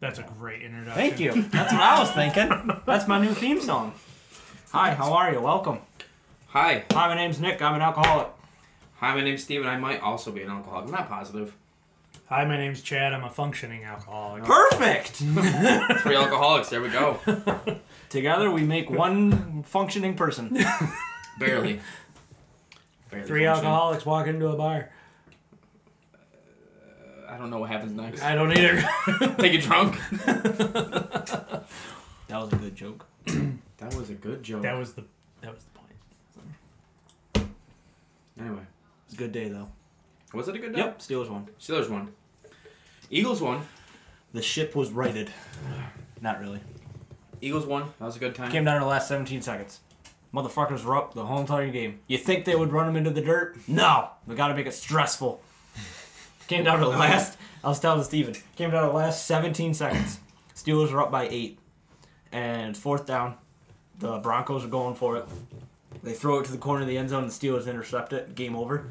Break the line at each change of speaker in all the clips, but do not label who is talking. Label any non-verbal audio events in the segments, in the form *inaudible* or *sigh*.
That's a great introduction.
Thank you. That's what I was thinking. That's my new theme song. Hi, how are you? Welcome.
Hi,
Hi, my name's Nick. I'm an alcoholic.
hi, my name's Steven. I might also be an alcoholic. I'm not positive.
Hi, my name's Chad. I'm a functioning alcoholic.
Perfect.
Three alcoholics, there we go.
Together we make one functioning person.
Barely. Barely
Three
functioning.
alcoholics walk into a bar.
I don't know what happens next.
I don't either. *laughs*
*laughs* They get drunk.
That was a good joke.
That was a good joke.
that was the that was the point.
Anyway,
It's a good day though.
was it a good day?
Yep, Steelers won.
Steelers won. Eagles won.
The ship was righted. Not really.
Eagles won. That was a good time.
Came down to the last 17 seconds. Motherfuckers were up the whole entire game. You think they would run them into the dirt? No. They gotta make it stressful. Came down to the last. I was telling Steven. Came down to the last 17 seconds. Steelers were up by eight. And fourth down. The Broncos are going for it. They throw it to the corner of the end zone. The Steelers intercept it. Game over.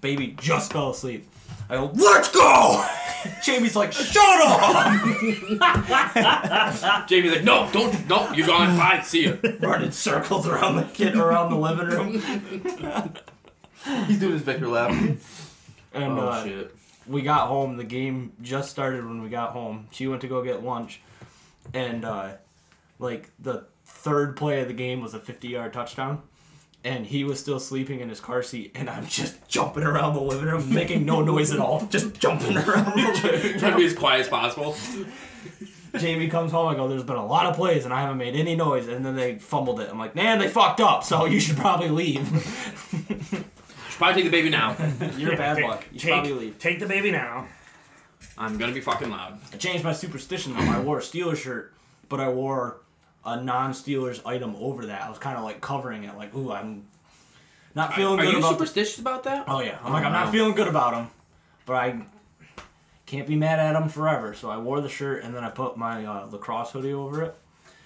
Baby just fell asleep. I go, let's go! *laughs* Jamie's like, shut up! *laughs*
Jamie's like, no, don't, no, you're gone. Bye, see you.
Running circles around the kid, around the living room.
He's doing his Victor lap.
And
Oh
uh,
shit.
we got home. The game just started when we got home. She went to go get lunch, and uh, like the third play of the game was a 50-yard touchdown, and he was still sleeping in his car seat, and I'm just jumping around the living room, making no noise at all, just jumping *laughs* around. The living
Trying to
room.
be as quiet as possible.
Jamie comes home. I go, "There's been a lot of plays, and I haven't made any noise." And then they fumbled it. I'm like, "Man, they fucked up. So you should probably leave.
Should probably take the baby now.
You're bad luck. You should
take,
probably leave."
Take the baby now.
I'm gonna be fucking loud.
I changed my superstition though. I wore a Steelers shirt, but I wore a non-Steelers item over that. I was kind of like covering it, like, ooh, I'm not feeling
Are
good
you
about. this.
superstitious about that?
oh yeah, I'm like, I'm
no.
not feeling good about him, but I can't be mad at him forever. So I wore the shirt, and then I put my uh, lacrosse hoodie over it,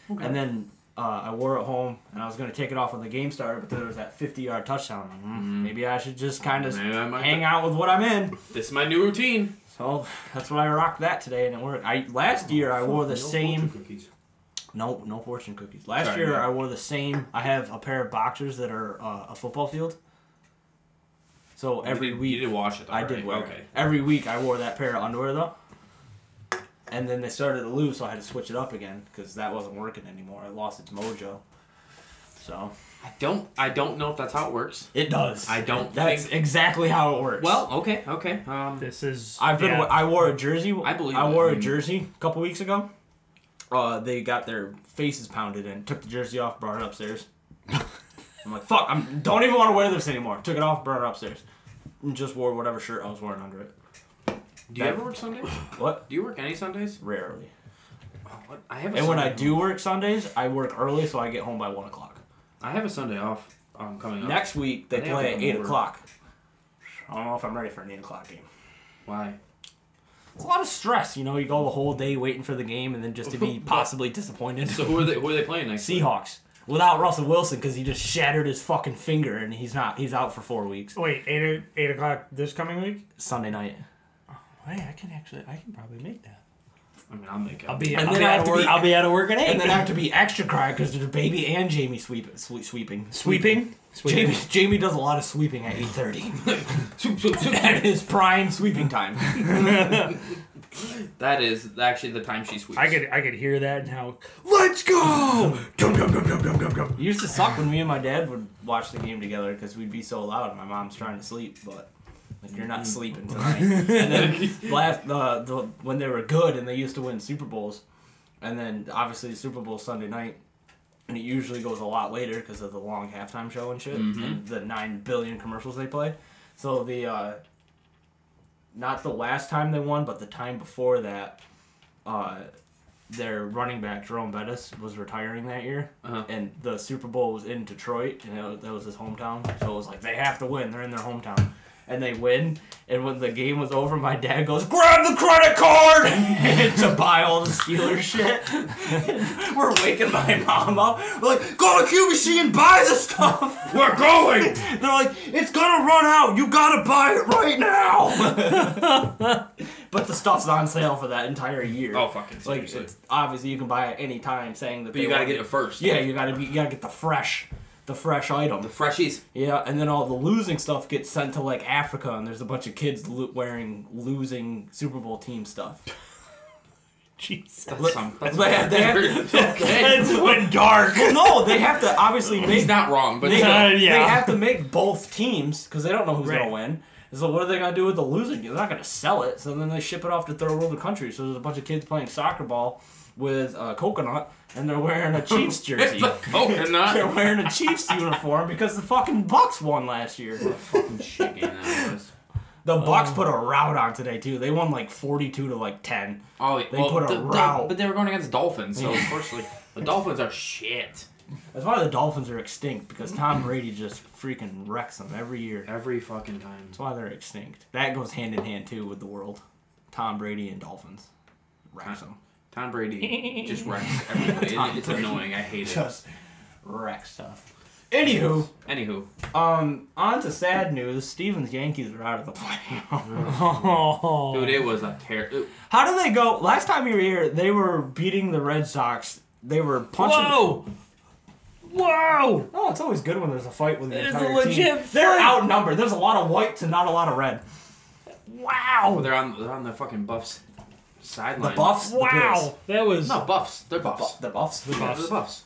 and then. Uh, I wore it home, and I was gonna take it off when the game started, but there was that 50-yard touchdown. I'm like, "Hmm, Maybe I should just kind of
Mm-hmm. Maybe I might-
hang out with what I'm in.
This is my new routine.
So that's why I rocked that today, and it worked. I last year I wore the same. No, no fortune cookies. Last
Sorry,
year
yeah.
I wore the same. I have a pair of boxers that are uh, a football field. So every
you did,
week
you did wash it. Though,
I did
right?
wear.
Okay.
It. Every week I wore that pair of underwear though. And then they started to lose, so I had to switch it up again because that wasn't working anymore. It lost its mojo. So
I don't. I don't know if that's how it works.
it does.
I don't
That's
think-
exactly how it works.
Well, okay, okay. Um,
This is.
I've been.
yeah.
I wore a jersey.
I believe
I
it. Mm-hmm.
wore
I
a
mean-
jersey a couple weeks ago. Uh, they got their faces pounded in. Took the jersey off, brought it
*laughs*
upstairs. I'm like, fuck. I'm don't even want to wear this anymore. Took it off, brought it upstairs, and just wore whatever shirt I was wearing under it.
do you
that-
ever work Sundays?
What?
Do you work any Sundays?
Rarely.
What? I have. A
And when I
Sunday
do work Sundays, I work early, so I get home by one o'clock.
off. I have a Sunday off. Um, coming up.
Next week they
I think
play
I'll
at
come
eight
over.
o'clock. I don't know if I'm ready for an eight o'clock game.
Why?
It's a lot of stress, you know. You go the whole day waiting for the game, and then just to
*laughs*
be possibly disappointed.
So who are they? Who are they playing next? week?
Seahawks without Russell Wilson because he just shattered his fucking finger and he's not he's out for four weeks.
Wait, eight o- eight o'clock this coming week.
Sunday night.
Wait, I can actually. I can probably make that.
I mean, I'll make it.
I'll be.
And
I'll
then
be
I
out
have
of
to
work.
be-
I'll be out of work at eight.
And then I have to be extra cry because there's baby and Jamie sweep, sweep sweeping
sweeping. Sweeping.
Jamie Jamie does a lot of sweeping at eight thirty. *laughs*
Swoop, swoop, swoop.
that is prime sweeping time.
that is actually the time she sweeps.
I could. I could hear that and how.
Let's go! Dum, dum, dum, dum, dum, dum, dum. It used to suck when me and my dad would watch the game together because we'd be so loud. and My mom's trying to sleep, but like you're not sleeping tonight. and then last uh, the, when they were good and they used to win Super Bowls, and then obviously Super Bowl Sunday night, and it usually goes a lot later because of the long halftime show and shit and the nine billion commercials they play. So the uh, not the last time they won, but the time before that. Uh, their running back Jerome Bettis was retiring that year,
Uh-huh.
and the Super Bowl was in Detroit, and it was, that was his hometown. So it was like they have to win; they're in their hometown, and they win. And when the game was over, my dad goes, "Grab the credit card *laughs* to buy all the Steelers shit." *laughs* We're waking my mom up. We're like, "Go to QVC and buy the stuff." *laughs*
We're *laughs* going.
They're like, "It's gonna run out. You gotta buy it right now." *laughs* but the stuff's on sale for that entire year.
Oh, fucking
like
seriously.
it's- obviously you can buy it any time, saying that.
but you
they
gotta
want
get it first.
Yeah, you gotta be, you gotta get the fresh, the fresh item.
The freshies.
Yeah, and then all the losing stuff gets sent to like Africa, and there's a bunch of kids lo- wearing losing Super Bowl team stuff. *laughs*
Jesus.
That's some. That's
They have- they have-
*laughs*
*laughs*
okay.
It's went dark.
Well, no, they have to obviously
*laughs* He's
make
not wrong, but
they,
Uh,
still,
yeah.
they have to make both teams because they don't know who's
Right.
gonna win. So what are they gonna do with the losing? They're not gonna sell it. So then they ship it off to third world countries. So there's a bunch of kids playing soccer ball with a coconut, and they're wearing a
*laughs*
Chiefs jersey.
it's a
they're *laughs*
coconut.
wearing a Chiefs uniform because the fucking Bucks won last year.
fucking shit game that was.
The Bucks put a
Oh.
rout on today too. They won like forty-two to like ten.
Oh, they well,
put a
the- the-
route.
but they were going against Dolphins, so of course, like, the Dolphins are shit.
That's why the Dolphins are extinct because Tom Brady just freaking wrecks them every year.
Every fucking time.
That's why they're extinct. That goes hand in hand too with the world. Tom Brady and Dolphins wrecks them.
Tom Brady just wrecks everybody. It- it's
Brady.
annoying. I hate it.
Just wreck stuff. Anywho,
Anywho,
um, on to sad news. Stevens Yankees are out of the *laughs* playoffs.
Oh.
dude, it was a terrible.
How did they go? Last time you were here, they were beating the Red Sox. They were punching.
Whoa! Whoa!
Oh, it's always good when there's a fight with the
It's
entire
a
team.
legit
They're
fight.
outnumbered. There's a lot of white to not a lot of red.
Well,
Wow.
they're on they're on the fucking Buffs sideline.
Oh. The buffs.
Wow! That was.
No, Buffs. They're Buffs.
The buffs. The
They're the Buffs.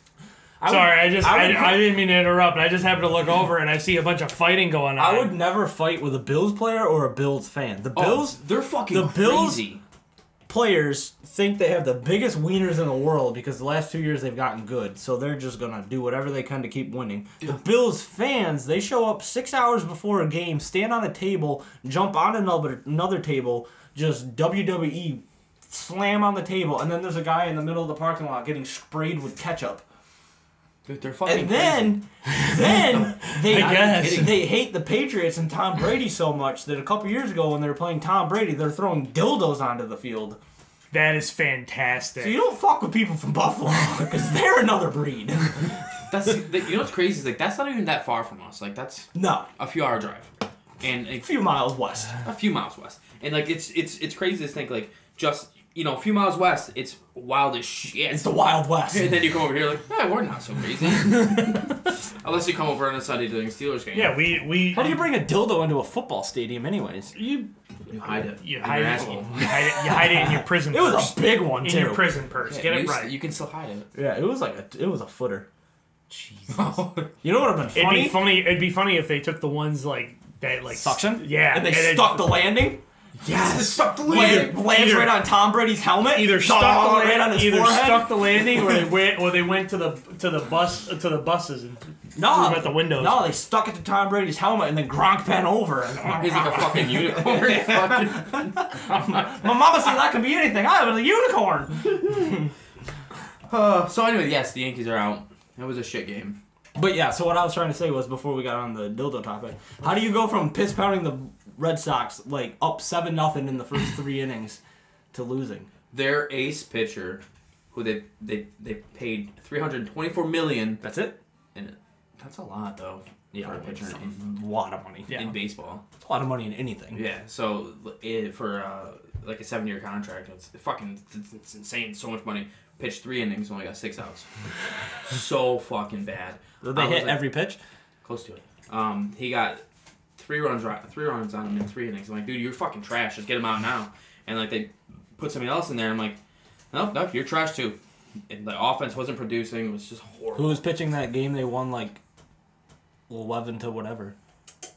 I would-
Sorry, I just
I
I,
would-
I didn't mean to interrupt. I just happened to look over and I see a bunch of fighting going on.
I would never fight with a Bills player or a Bills fan.
Oh.
The Bills
Oh, they're fucking
the Bills-
crazy.
players think they have the biggest wieners in the world because the last two years they've gotten good, so they're just gonna do whatever they can to keep winning. The Bills fans, they show up six hours before a game, stand on a table, jump on another another table, just WWE slam on the table, and then there's a guy in the middle of the parking lot getting sprayed with ketchup.
Dude, they're fucking
And then,
*laughs*
then they
I guess.
they hate the Patriots and Tom Brady so much that a couple years ago when they were playing Tom Brady, they're throwing dildos onto the field.
That is fantastic.
So you don't fuck with people from Buffalo *laughs* because they're another breed. *laughs*
crazy. that's that- you know what's crazy is like that's not even that far from us. Like that's
No,
a few hour drive, and
a
like,
few miles west.
a few miles west. And like it's it's it's crazy to think like just you know a few miles west, it's wild as shit.
It's the Wild West.
*laughs* and then you come over here like, yeah, we're not so
*laughs*
crazy. Unless you come over on a Sunday during Steelers game.
yeah, we we.
How do you bring a dildo into a football stadium, anyways?
you
you hide it.
you
in
hide
your
it?
asshole.
You hide it, you hide it in your prison.
*laughs* It was
purse.
a big one
in
too.
your prison purse. Get
you,
it
s-
right.
You can still hide it. *laughs*
yeah, it was like a it was a footer.
Oh,
You know what would have been
It'd
funny?
be funny. It'd be funny if they took the ones like that, like
Suction.
Yeah,
and they
it-
stuck the landing. Yes,
stuck the
Land,
landing.
lands
Either-
right on Tom Brady's helmet.
either stuck
Dong,
the
right on
landing,
his
either
forehead.
stuck the landing, or
*laughs*
they went, or they went to the to the bus to the buses and
no,
threw him at the windows.
No, they stuck it to Tom Brady's helmet, and then Gronk
*laughs*
bent over. And,
He's like a fucking unicorn. *laughs* Fucking-
*laughs* My mama said that could be anything. I was a unicorn.
Uh, so anyway, yes, the Yankees are out. That was a shit game.
But yeah, so what I was trying to say was before we got on the dildo topic, how do you go from piss pounding the Red Sox like up seven nothing in the first
*laughs*
three innings to losing?
Their ace pitcher, who they they they paid three hundred twenty four million,
That's it.
and that's a lot though
Yeah,
for a pitcher
it's a
in,
lot of money.
Yeah.
in baseball.
It's a lot of money in anything.
Yeah, so it, for uh, like a seven year contract, it's fucking it's, it's insane. So much money. Pitched three innings, only got six
*laughs*
outs. so fucking bad.
Did they
I was
hit
like-
every pitch?
close to it. Um, he got three runs, ri- three runs on him in three innings. I'm like, dude, you're fucking trash. Just get him out now. And like they put somebody else in there. I'm like, no, no, you're trash too. And the offense wasn't producing. It was just
Who
horrible.
was pitching that game? They won like eleven to whatever.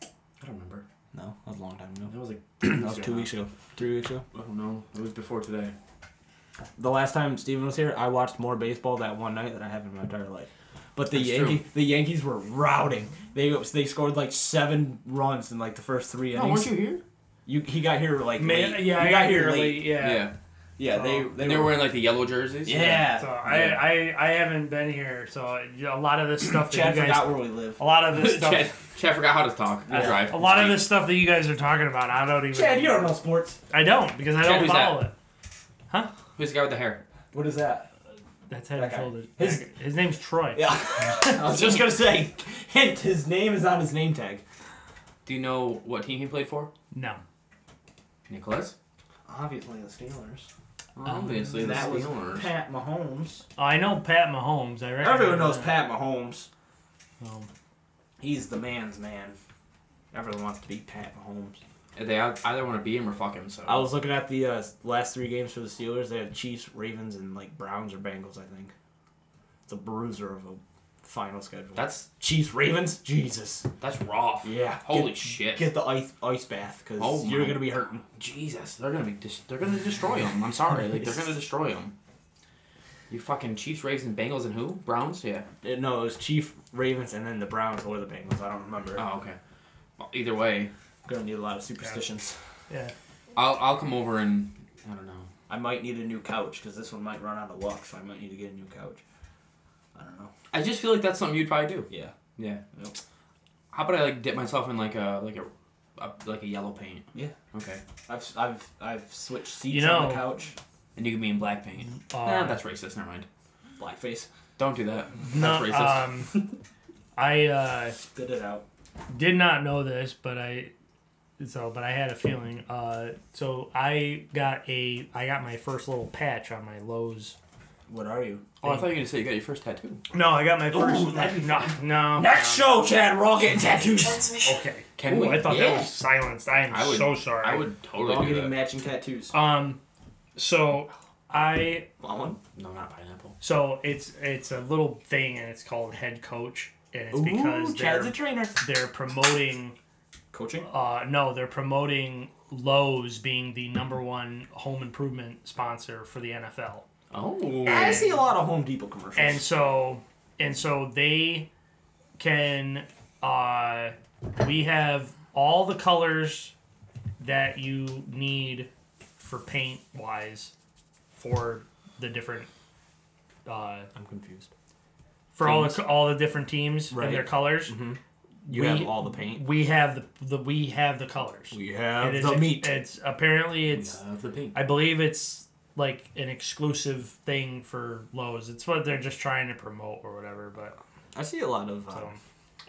I don't remember.
No, that was a long time ago.
That was like *clears throat*
That was two weeks ago, three weeks ago.
I don't know. It was before today.
The last time Steven was here, I watched more baseball that one night than I have in my entire life. But the
That's
Yankee, the Yankees were routing. They they scored like seven runs in like the first three
No,
innings.
Oh, weren't you here?
you, he got here like
Man,
late.
yeah,
you
I
got here late.
late, Yeah.
Yeah.
Yeah, they
Oh.
they,
They were
were.
wearing like the yellow jerseys.
yeah,
So I, I I haven't been here, so a lot of this stuff that
Chad
you guys,
forgot where we live.
a lot of
*laughs*
this stuff,
*laughs* Chad, Chad forgot how to talk. I drive.
a lot of this stuff that you guys are talking about, I don't even.
Chad, you don't know sports.
I don't because I
Chad,
don't
who's
follow it.
Who's the guy with the hair?
What is that?
That's head and
That guy.
shoulders.
His-
His, his name's Troy.
Yeah, *laughs* I was just gonna say. Hint: His name is on his name tag.
Do you know what team he played for?
No.
Nicholas.
obviously the Steelers.
Um, Obviously, the
that was
Steelers.
Pat Mahomes.
Oh, I know Pat Mahomes. I recognize
Everyone knows
that.
Pat Mahomes.
Um,
He's the man's man. Everyone wants to be Pat Mahomes.
They either want to be him or fuck him. So
I was looking at the uh, last three games for the Steelers. They had Chiefs, Ravens, and like Browns or Bengals. I think it's a bruiser of a final schedule.
that's
Chiefs, Ravens, Jesus.
that's rough.
Yeah.
Holy
Get-
shit.
Get the ice ice bath because
Oh my-
you're gonna be hurting.
Jesus, they're gonna be dis- they're gonna destroy him. I'm sorry, like they're *laughs* gonna destroy him. You fucking Chiefs, Ravens, and Bengals, and who? Browns. Yeah.
Uh, No, it was Chief Ravens and then the Browns or the Bengals. I don't remember.
Oh, okay. Well, either way,
gonna need a lot of superstitions.
yeah.
I'll I'll come over and I don't know.
I might need a new couch because this one might run out of luck, so I might need to get a new couch. I don't know.
I just feel like that's something you'd probably do.
Yeah.
Yeah.
Yep.
How about I like dip myself in like a like a, a like a yellow paint?
Yeah.
Okay.
I've I've I've switched seats
You
on
know-
the couch.
And you can be in black paint.
Uh,
nah, that's racist. Never mind.
Blackface.
Don't do that.
no,
that's racist.
um,
*laughs*
I uh,
Spit it out.
did not know this, but I so but I had a feeling. Uh, so I got a I got my first little patch on my Lowe's.
What are you?
oh, I thought you were gonna say you got your first tattoo.
No, I got my first.
that'd be
no, no.
Next show, Chad. We're all getting tattoos.
Transmission.
Okay.
Can
Ooh,
we?
I thought
yeah.
that was silenced. I am
I would-
so sorry.
I would
We're all
totally do
getting
that.
matching tattoos.
Um, so I
Want one?
No, not pineapple.
so it's it's a little thing and it's called head coach and it's because
Ooh, Chad's
they're
a trainer.
they're promoting
Coaching.
Uh, no, they're promoting Lowe's being the number one home improvement sponsor for the NFL,
Oh.
I see a lot of Home Depot commercials.
and so and so they can. Uh, we have all the colors that you need for paint wise for the different uh,
I'm confused.
for all the, all the different teams
Right. Mm-hmm.
and their colors.
You
We-
have all the paint.
We have the, the we have the colors.
We
It
have
is
the
ex-
meat.
It's apparently it's
the pink.
I believe it's like an exclusive thing for Lowe's. It's what they're just trying to promote or whatever. But
I see a lot of. Uh,
so.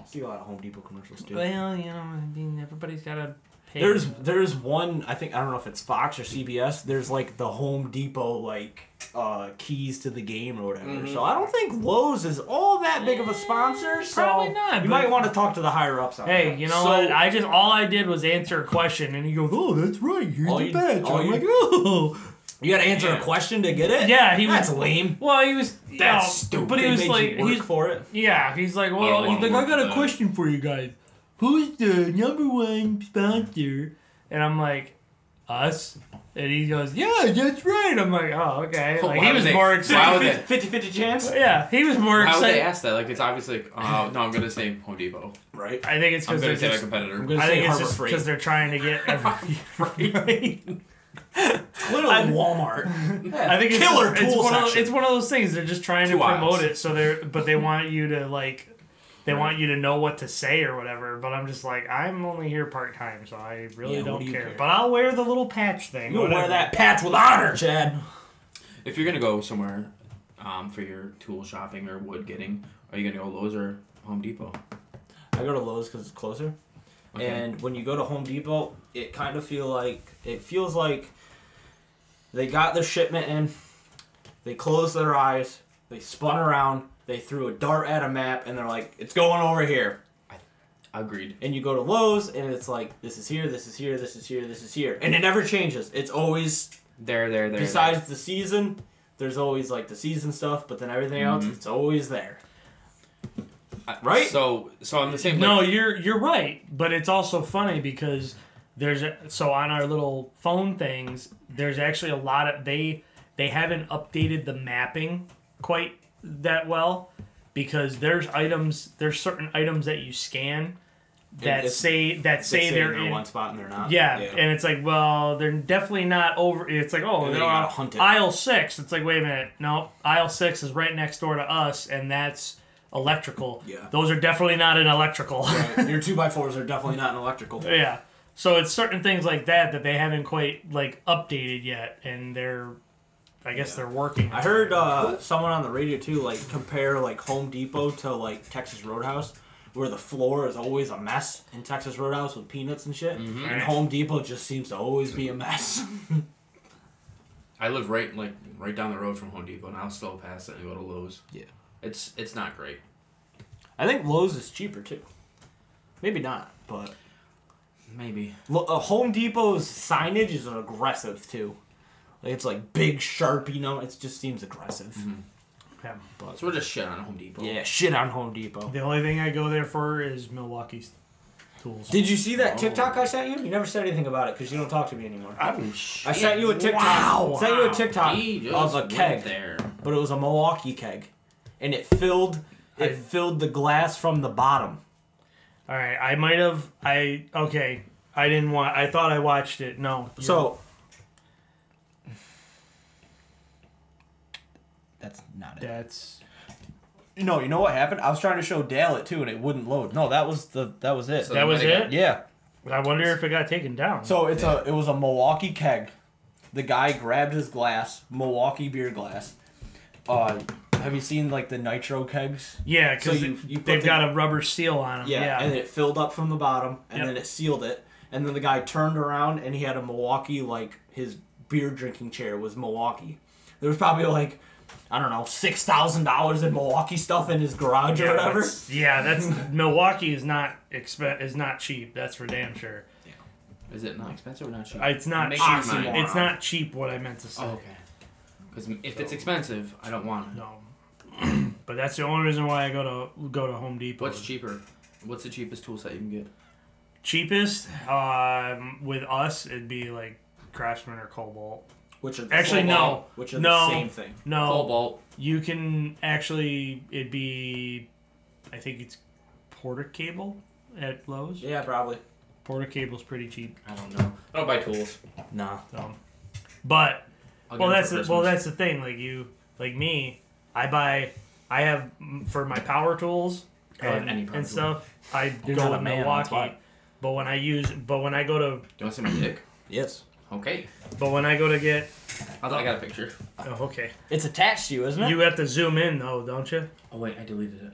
I see a lot of Home Depot commercials too.
well, you know, I mean, everybody's got to pay.
There's there's one I think I don't know if it's Fox or CBS. There's like the Home Depot like uh, keys to the game or whatever. So I don't think Lowe's is all that big of a sponsor. So
Mm, probably not,
You
but-
might want to talk to the higher ups. On
hey,
that.
you know
So,
what? I just all I did was answer a question, and he goes, "Oh, that's right. Here's
All
the
you-
badge."
all
I'm
you-
like, "Oh."
you got to answer
Yeah.
a question to get it.
Yeah, he was-
that's lame.
Well, he was you
That's
know,
stupid.
But he
They
was
made you
like,
work
he's
for it.
yeah, he's like,
I don't
well, he's
wanna
like, I
work
got
for
a
that."
question for you guys. Who's the number one sponsor? And I'm like, us. And he goes, yeah, that's right. I'm like, oh, okay. Like
Why
he
would
was
they-
more excited.
why would they-
50-50 chance.
*laughs* Yeah, he was more
How would they
excited.
ask that? Like, it's obviously. Uh, no, I'm gonna say Home Depot.
Right.
I think it's
I'm
because they're
gonna say my
just.
competitor.
gonna-
I think
Say
it's
Harbor
just
Freight.
because they're trying to
*laughs*
get every.
Clearly
*laughs*
Walmart.
I think it's
Killer
just, it's
tool
one of
section.
it's one of those things. They're just trying
Two
to promote
aisles.
it, so they're but they want you to like, they want you to know what to say or whatever. But I'm just like, I'm only here part time, so I really
Yeah, what
don't
do you
care.
care?
But I'll wear the little patch thing.
You'll wear
whatever.
that patch with honor, Chad.
If you're gonna go somewhere, um, for your tool shopping or wood getting, are you gonna go Lowe's or Home Depot?
I go to Lowe's because it's closer.
Okay.
And when you go to Home Depot, it kind of feel like it feels like they got their shipment in, they closed their eyes, they spun around, they threw a dart at a map, and they're like, "It's going over here."
Agreed.
And you go to Lowe's, and it's like, "This is here, this is here, this is here, this is here," and it never changes. It's always
There, there, there.
besides the season. There's always like the season stuff, but then everything else,
Mm-hmm.
it's always there.
there. I-
right?
So, so I'm the same.
No,
like,
you're you're right, but it's also funny because there's a, so on our little phone things, there's actually a lot of they they haven't updated the mapping quite that well because there's items there's certain items that you scan that
it's-
say that
They
say they're
in
in
one spot and they're not.
yeah, and it's like, well, they're definitely not over. It's like, oh,
And then
they're
you
on
gotta hunt it.
aisle six. It's like, wait a minute, no, aisle six is right next door to us, and that's electrical.
Yeah.
those are definitely not in electrical.
Right, Your two by fours are definitely not an electrical.
*laughs* yeah, so it's certain things like that that they haven't quite like updated yet, and they're, I guess they're working.
I heard uh, someone on the radio too, like compare like Home Depot to like Texas Roadhouse, where the floor is always a mess Mm-hmm. in Texas Roadhouse with peanuts and shit, and Home Depot just seems to always be a mess. *laughs*
I live right like right down the road from Home Depot, and I'll still pass it and go to Lowe's.
Yeah.
It's it's not great.
I think Lowe's is cheaper too. Maybe not, but
Maybe.
Lo- uh, Home Depot's signage is aggressive too. Like, It's like big sharpie number. It just seems aggressive.
Yeah.
But
So we're just shit on Home Depot.
yeah, shit on Home Depot.
The only thing I go there for is Milwaukee's tools.
Did you see that
Oh.
TikTok I sent you? You never said anything about it because you don't talk to me anymore.
I'm
I sent you a TikTok.
Wow.
sent you a
Wow.
TikTok
He just
of a
went
keg,
there.
but it was a Milwaukee keg, and it filled it
I-
filled the glass from the bottom.
All right, I might have. I okay. I didn't want. I thought I watched it. No.
So that's not
that's
No, you know what happened? I was trying to show Dale it too, and it wouldn't load. No, that was the that was it.
So
that was
they might
it.
have
yeah.
I wonder if it got taken down.
So it's a it was a Milwaukee keg. The guy grabbed his glass, Milwaukee beer glass. Uh, have you seen like the nitro kegs?
yeah, because
so you- you put
they've
the-
got a rubber seal on them. Yeah.
and it filled up from the bottom, and
Yep.
then it sealed it. And then the guy turned around, and he had a Milwaukee like his beer drinking chair was Milwaukee. There was probably like I don't know six thousand dollars in Milwaukee stuff in his garage or
yeah,
whatever.
that's, *laughs* yeah, that's Milwaukee is not exp- is not cheap. That's for damn sure.
Is it not expensive or not cheap?
Uh, It's not
Make
cheap.
your
cheap.
mind.
It's not cheap. What I meant to say.
Oh, okay. Because if it's expensive, I don't want it.
Oh.
No. Um, *clears throat* but that's the only reason why I go to go to Home Depot.
What's cheaper? What's the cheapest tool set you can get?
cheapest? Um, with us, it'd be like Craftsman or Cobalt.
Which are the
Actually,
same-
no.
which are
No.
the same thing.
No,
Cobalt.
you can actually. It'd be, I think it's Porter Cable at Lowe's.
Yeah, probably.
Porter Cable's pretty cheap.
I don't know. I don't buy tools.
Nah.
So, but
I'll get
well,
them
that's
for
the, well, that's
Christmas.
the thing. Like you, like me, I buy. I have mm, for my power tools
Oh,
and,
any power
and
tool.
stuff. I
You're
go
not
to
a man, that's
Milwaukee.
why.
But when I use, but when I go to,
Do you want to see my dick?
Yes.
Okay.
but when I go to get,
I thought I got a picture.
oh, okay,
It's attached to you, isn't it?
you have to zoom in though, don't you?
Oh wait, I deleted it.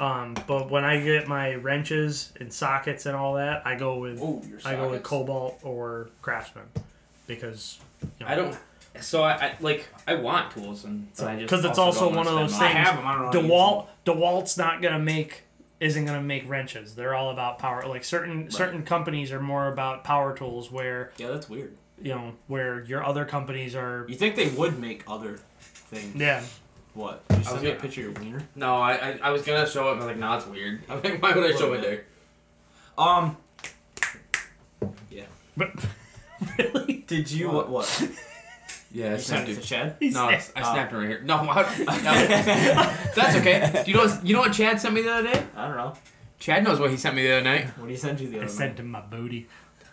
Um, but when I get my wrenches and sockets and all that, I go with
oh, your
I go with
sockets.
Cobalt or Craftsman because you know,
I don't. So I, I like I want tools and but I just
'Cause it's also
don't wanna
one of those
I
spend money.
things-
have them. I don't know. how to use
DeWalt DeWalt's not gonna make isn't gonna make wrenches. They're all about power. Like certain certain companies are more about power tools, where
them. Yeah, that's weird.
you know where your other companies are.
You think they would make other things?
Yeah,
What? Did you send
was
me a
gonna-
picture of your wiener?
No, I, I I was gonna show it. and I was like, nah, it's weird. *laughs* I'm like, why would I show my dick?
Um,
but *laughs* really,
did you
What?
what? What? You
Yeah, I
sent
snapped
it
it.
to *laughs* Chad?
*laughs* He
No, I, I
snapped-
snapped it right here. No, *laughs* I,
*laughs*
*laughs* no, that's okay. You know, what- you know what Chad sent me the other day?
I don't know.
Chad knows what he sent me the other night.
What did he send you the other
I
night?
sent him my booty.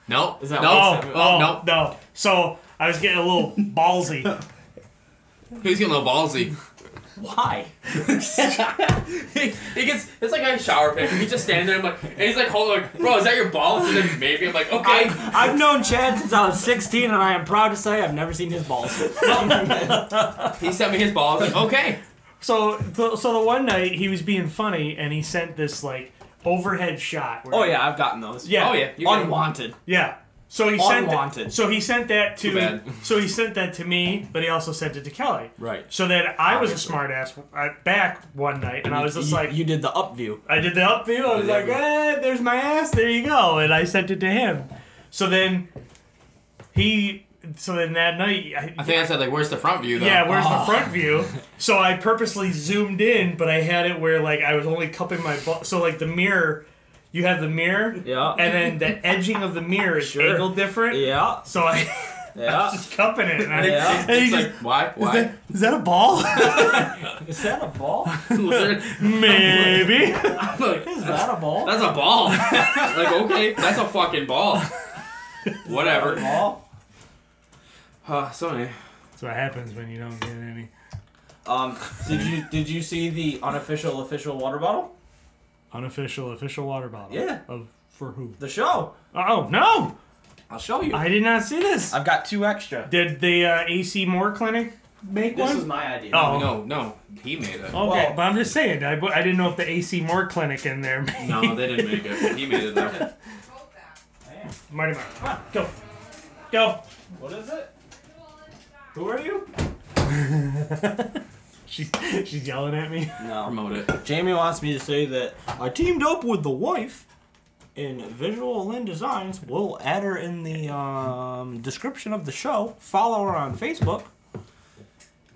No,
Is that
no,
what he
Oh,
sent me?
oh
no.
no, no. So I was getting a little ballsy.
He's getting a little ballsy.
*laughs*
Why?
he, he gets it's like a shower pic. He's just standing there, I'm like, and he's like, hold on, like, bro, is that your balls? And then maybe I'm like, okay.
I, I've known Chad since I was 16, and I am proud to say I've never seen his balls.
he sent me his balls. Like, okay.
So, the, so the one night he was being funny and he sent this like overhead shot. Where,
*laughs* oh yeah, I've gotten those.
yeah,
Oh yeah. you got it.
Unwanted.
yeah. So he sent
Unwanted.
so he sent that to
Too bad.
so he sent that to me, but he also sent it to Kelly.
Right.
So then I was a smart ass I, back one night and I was just
you,
like
you did the up view.
I did the up view. I was
Yeah,
like,
bro.
eh, there's my ass. There you go. And I sent it to him. So then he so then that night I,
I think I said like, where's the front view though?
Yeah, where's
Ah.
the front
*laughs*
view? So I purposely zoomed in, but I had it where like I was only cupping my butt. So like the mirror, you have the mirror,
Yeah.
and then the edging of the mirror is
Sure.
angled different.
Yeah. *laughs*
So I, *laughs* I was
Yeah.
just cupping it, and, I,
Yeah.
and
Oh, It's
he's
like,
just,
why?
is
Why? *laughs*
that, is that a ball? *laughs*
Is that a ball?
*laughs* Maybe.
Look,
Is that a ball?
that's a ball. like, okay, that's a fucking ball.
a
*laughs*
Whatever.
ball.
Uh, so anyway,
That's what happens when you don't get any.
Um, did you did you see the unofficial official water bottle?
Unofficial, official water bottle.
Yeah.
Of for who?
The show.
Oh no!
I'll show you.
I did not see this.
I've got two extra.
Did the uh, AC Moore Clinic make
This
one?
is my idea.
Oh.
no, no, he made it.
Okay,
Well-
but I'm just saying, I, I didn't know if the AC Moore clinic in there *laughs*
No, they didn't make it. He made it though.
Marty Mark. Go. Go.
What is it? Who are you?
She's she's yelling at me. *laughs*
No.
Promote it.
Jamie wants me to say that I teamed up with the wife in Visual and Designs. We'll add her in the um, description of the show. Follow her on Facebook.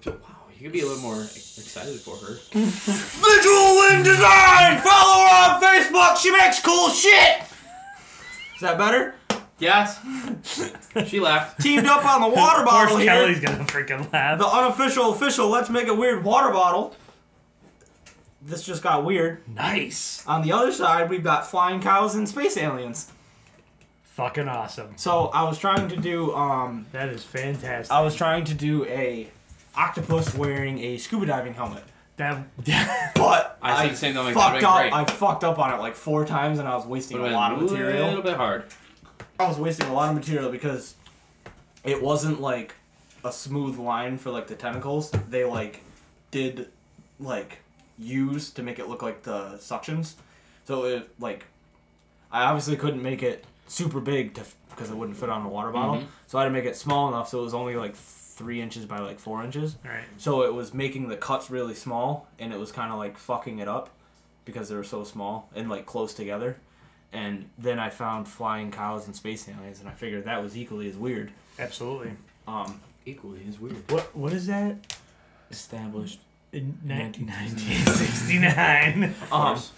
Wow, you could be a little more excited for her.
Visual and Design! Follow her on Facebook! She makes cool shit! Is that better?
Yes. she *laughs* laughed.
Teamed up on the water
Of course
bottle here.
Kelly's gonna freaking laugh.
The unofficial official Let's Make a Weird water bottle. This just got weird.
Nice.
On the other side, we've got flying cows and space aliens.
Fucking awesome.
So I was trying to do um
That is fantastic.
I was trying to do a octopus wearing a scuba diving helmet.
That *laughs*
But
I
I,
said the same thing, like,
fucked
that'd
up.
be great.
I fucked up on it like four times, and I was wasting
Would
a
have
lot of
been a little
material.
bit hard.
I was wasting a lot of material because it wasn't like a smooth line for like the tentacles. They like did like use to make it look like the suctions. So it like I obviously couldn't make it super big to because it wouldn't fit on the water bottle.
Mhm.
So I had to make it small enough so it was only like three inches by like four inches.
all right.
So it was making the cuts really small, and it was kind of like fucking it up because they were so small and like close together. And then I found flying cows and space aliens, and I figured that was equally as weird.
Absolutely.
Um,
Equally is weird.
What what is that?
Established.
In Oh,
1969.
*laughs* 1969.
Of
um,
course.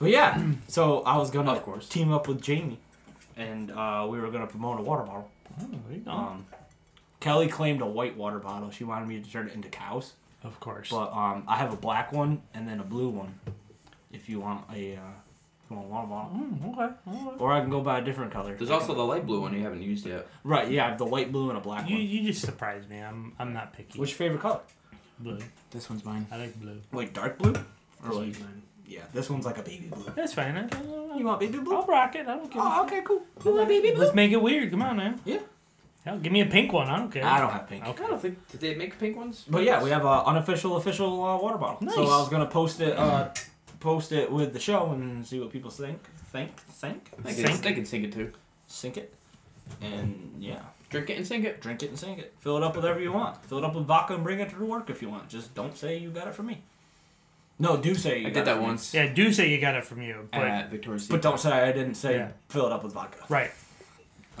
but yeah, so I was gonna
Of course.
team up with Jamie, and uh, we were gonna promote a water bottle.
Oh.
Oh,
Um, Kelly claimed a white water bottle. She wanted me to turn it into cows,
of course.
but um, I have a black one and then a blue one. If you want a, uh, if you want a water bottle,
Mm, okay. okay.
or I can go buy a different color.
There's also the light blue one you haven't used yet.
Right, yeah, I have the white, blue, and a black
You
one.
you just surprised me. I'm I'm not picky.
What's your favorite color?
blue?
This one's mine.
I like blue.
Like dark blue? Or
This
like,
one's mine.
yeah, this one's like a baby blue.
That's fine. I, I,
You want baby blue?
I'll rock it. I don't care.
Oh, okay, cool. You want baby blue?
Let's make it weird. Come on, man.
Yeah.
Hell, give me a pink one. I don't care.
I don't have pink.
Okay.
I don't think. Did they make pink ones?
But yeah, we have an unofficial, official uh, water bottle. So
Nice.
I was gonna post it, uh, post it with the show and see what people think, think, think,
They can,
Sink.
they can sink it too.
sink it, and yeah,
Drink it and sink it.
drink it and sink it. Fill it up with whatever you want. Fill it up with vodka and bring it to work if you want. Just don't say you got it from me. No, do say you got
I
it
did that
from me.
once
Yeah, do say you got it from you, but
Uh,
at Victoria's
But
Secret.
don't say I didn't say
Yeah.
fill it up with vodka.
right.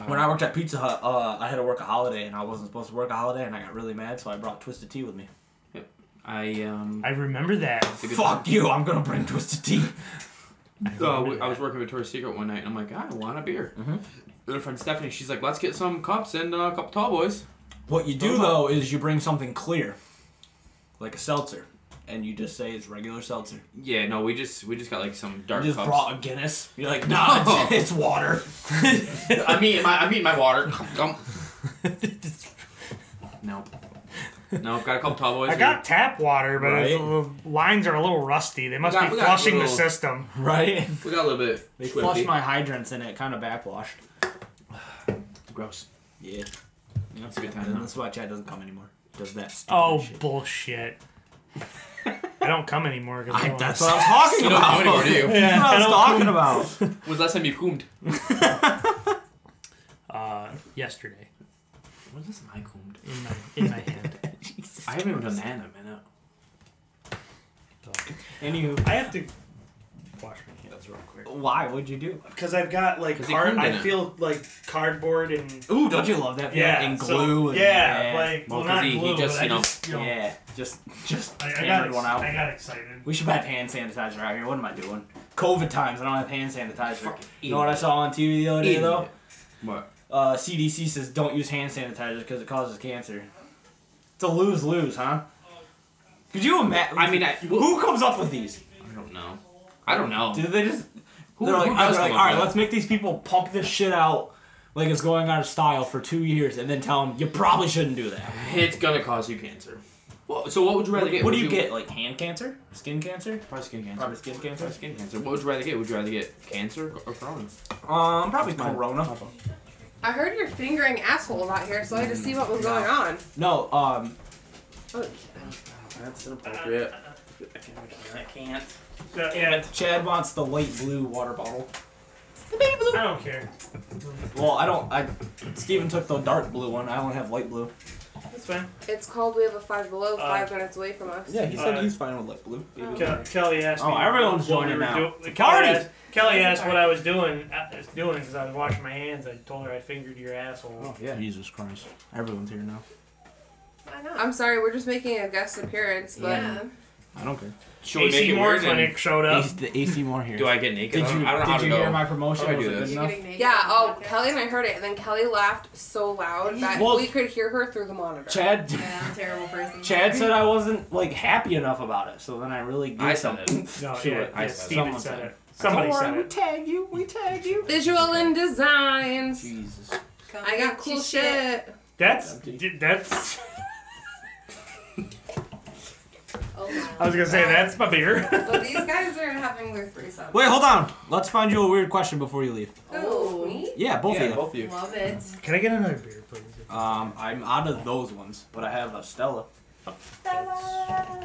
When I worked at Pizza Hut, uh, I had to work a holiday, and I wasn't supposed to work a holiday, and I got really mad, so I brought Twisted Tea with me.
I um.
I remember that.
it's a good
Fuck you! I'm gonna bring Twisted Tea.
So uh, we- I was working at Victoria's Secret one night, and I'm like, I want a beer.
Mhm.
And our friend Stephanie, she's like, let's get some cups and uh, a couple tall boys.
What you do
Don't-
though is you bring something clear, like a seltzer, and you just say it's regular seltzer.
Yeah, no, we just we just got like some
You
dark
just
cups.
brought a Guinness. You're *laughs* like, nah,
No.
it's, it's water. *laughs*
I mean, my I mean my water. Gum. *laughs* nope. Nope. Got a couple tall boys.
I got tap water, but it's-
Right.
the lines are a little rusty. They must
We got-
be
we got
flushing the
little-
system.
right?
we, we got a little bit.
They
squiffy.
flushed my hydrants, and it kind of backwashed.
Gross.
Yeah. Yeah,
It's a good time
And
now.
That's why Chad doesn't come anymore. Does that? stupid
Oh
shit.
bullshit! I don't come anymore. 'cause I
I,
don't
that's
wanna-
what I was talking
You don't
about.
come anymore, do you?
That's what I was
I don't
talking
come-
about.
When's the last time you coomed?
uh, yesterday
When's the last time I coomed?
in my in my hand.
*laughs*
I haven't even done that in a minute.
Anywho,
I have to wash my hands.
That's real quick.
why would you do?
Because I've got like
'Cause he card- cleaned I in it.
feel like cardboard and
Ooh, don't you love that?
yeah,
and glue. and,
well, Well, 'cause not he- he glue, just, but you I know, just,
yeah, just just
I,
hammered
got
one out.
excited.
we should have hand sanitizer out here. What am I doing? COVID times. I don't have hand sanitizer.
Fucking
You know what I saw on TV the other day though?
What?
Uh, CDC says don't use hand sanitizer because it causes cancer. It's a lose lose, huh? Could you imagine?
I mean, I-
who comes up with these?
I don't know. I don't know.
Did they just?
Who-
they're like,
who
they're
does
like,
come
all
up
right,
with
let's make these people pump this shit out like it's going out of style for two years, and then tell them you probably shouldn't do that.
It's gonna cause you cancer. Well, so what would you rather
What,
get?
what
Would
do you get? Like hand cancer, skin cancer,
Probably skin cancer.
probably skin cancer.
Probably skin cancer. What would you rather get? Would you rather get cancer or corona?
Um, probably corona.
I heard you're fingering assholes out here, so I had to see what was going on.
No, um,
Oh,
That's inappropriate.
I can't. yeah,
Chad wants the light blue water bottle.
the baby blue.
I don't care.
Well, I don't. I Steven took the dark blue one. I only have light blue.
That's
This
fine.
It's cold. We have a five below, five
Uh,
minutes away from us.
Yeah, he said
Uh,
he's fine with light blue.
Ke- Kelly asked
Oh,
me.
everyone's
what
joining
we were
now.
do- Kelly
party!
Asked, Kelly
It's a
asked what
party.
I was doing. I was doing because I was washing my hands. I told her I fingered your asshole.
oh, yeah. Jesus Christ. Everyone's here now.
Why not?
I'm sorry, we're just making a guest appearance, but
yeah.
I don't care.
Should we make
AC
it
Moore
weird? and
Clinic showed up.
He's the AC more here.
Do I get naked?
Did
I
you,
don't, I don't know how
did
to
you
go.
hear my promotion?
How do I
Was
do
it
this?
good
You
enough?
getting naked
yeah.
on the
Oh,
podcast?
Kelly and I heard it, and then Kelly laughed so loud that
Well-
we could hear her through the monitor.
Chad.
*laughs* Yeah, I'm a terrible person.
Chad said I wasn't like happy enough about it, so then I really gave
I
some *laughs*
said
oomph
No,
to
yeah,
it.
yeah,
I said
Steven
Someone
said it.
I said,
Somebody
"Don't
said
worry,
*laughs*
we
it.
tag you. We tag you.
Visual and designs.
Jesus.
Come
I got
get
cool
your
shit.
That's
Empty.
d- that's.
Oh,
I was gonna say that's my beer. *laughs*
but these guys are having their threesome.
Wait, hold on. Let's find you a weird question before you leave.
Oh,
Oh,
me?
Yeah, both
Yeah,
of you.
both of you.
love it.
Can I get another beer, please?
Um, I'm out of those ones, but I have a Stella.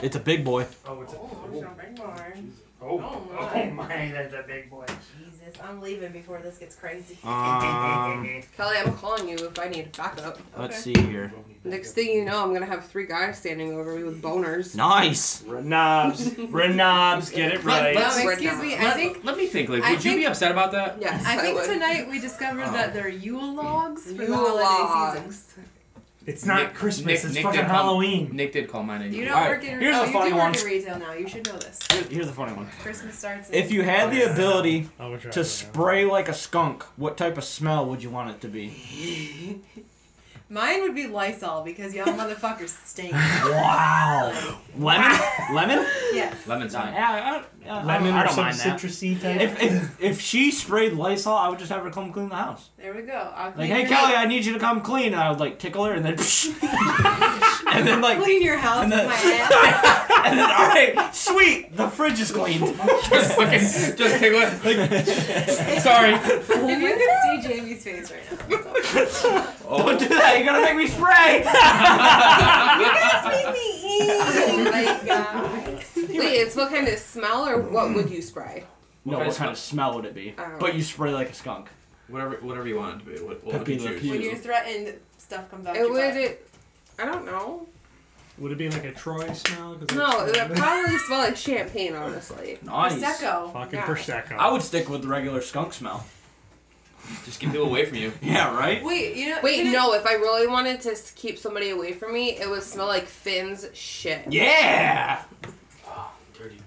It's a big boy.
Oh, it's a,
Oh,
oh,
there's
oh,
no ring horn.
oh,
my.
my, that's a big boy.
Jesus, I'm leaving before this gets crazy. *laughs*
Um,
Kelly, I'm calling you if I need backup.
let's see here.
Next thing you know, I'm gonna have three guys standing over me with boners.
Nice.
Renobs, Renobs, get it
Let-
right.
let-
Um,
Right
excuse
now.
me, I
Let-
think
Let me think. Like,
I
would you
think-
be upset about that?
Yes,
I think
would.
tonight we discovered
Oh.
that they're Yule logs for the
Yule
holiday
logs.
season.
It's not
Nick-
Christmas.
Nick-
it's
Nick
fucking
did come.
Halloween.
Nick did call my name.
You
Yeah.
don't
Alright,
work in
here's
oh,
a
you
funny
do
one.
work in retail now. You should know this.
Here- Here's the funny one.
Christmas starts. in-
If you had the ability
Oh, we're trying
to spray like a skunk, what type of smell would you want it to be?
Mine would be Lysol because y'all motherfuckers
*laughs*
stink.
Wow. Lemon? Lemon?
yes.
Lemon's
Yeah,
fine.
I, I, I,
Lemon
I
or
don't
some
mind that.
citrusy type.
If, if, if she sprayed Lysol, I would just have her come clean the house.
There we go. I'll
Like,
clean
hey
your
Kelly,
house.
I need you to come clean, and I would like tickle her, and then, *laughs* and then like,
clean your house
and *laughs*
with
then-
my ass.
and then all right, sweet, the fridge is cleaned. *laughs*
*laughs* just fucking, just take one. Like, sorry.
if you could see Jamie's face right *laughs* now. that's all.
Don't do that. You're gonna make me spray.
Make me eat. Oh my God.
Wait, it's what kind of smell or what would you spray?
no, what kind of smell would it be?
Oh.
But you spray like a skunk.
Whatever, whatever you want it to be. What, what would
Pepe
you
Le
choose?
Pew.
When you're threatened, stuff comes out.
It
your
would.
butt.
It, I don't know.
Would it be like a Troy smell? 'Cause
No,
it's-
it would probably smell like champagne, honestly.
Nice.
Prosecco.
fucking
Yeah.
prosecco.
I would stick with the regular skunk smell.
Just get people away from *laughs* you.
*laughs* Yeah, right.
Wait, you know.
Wait,
can I-
no. If I really wanted to s- keep somebody away from me, it would smell like Finn's shit.
Yeah.
Oh,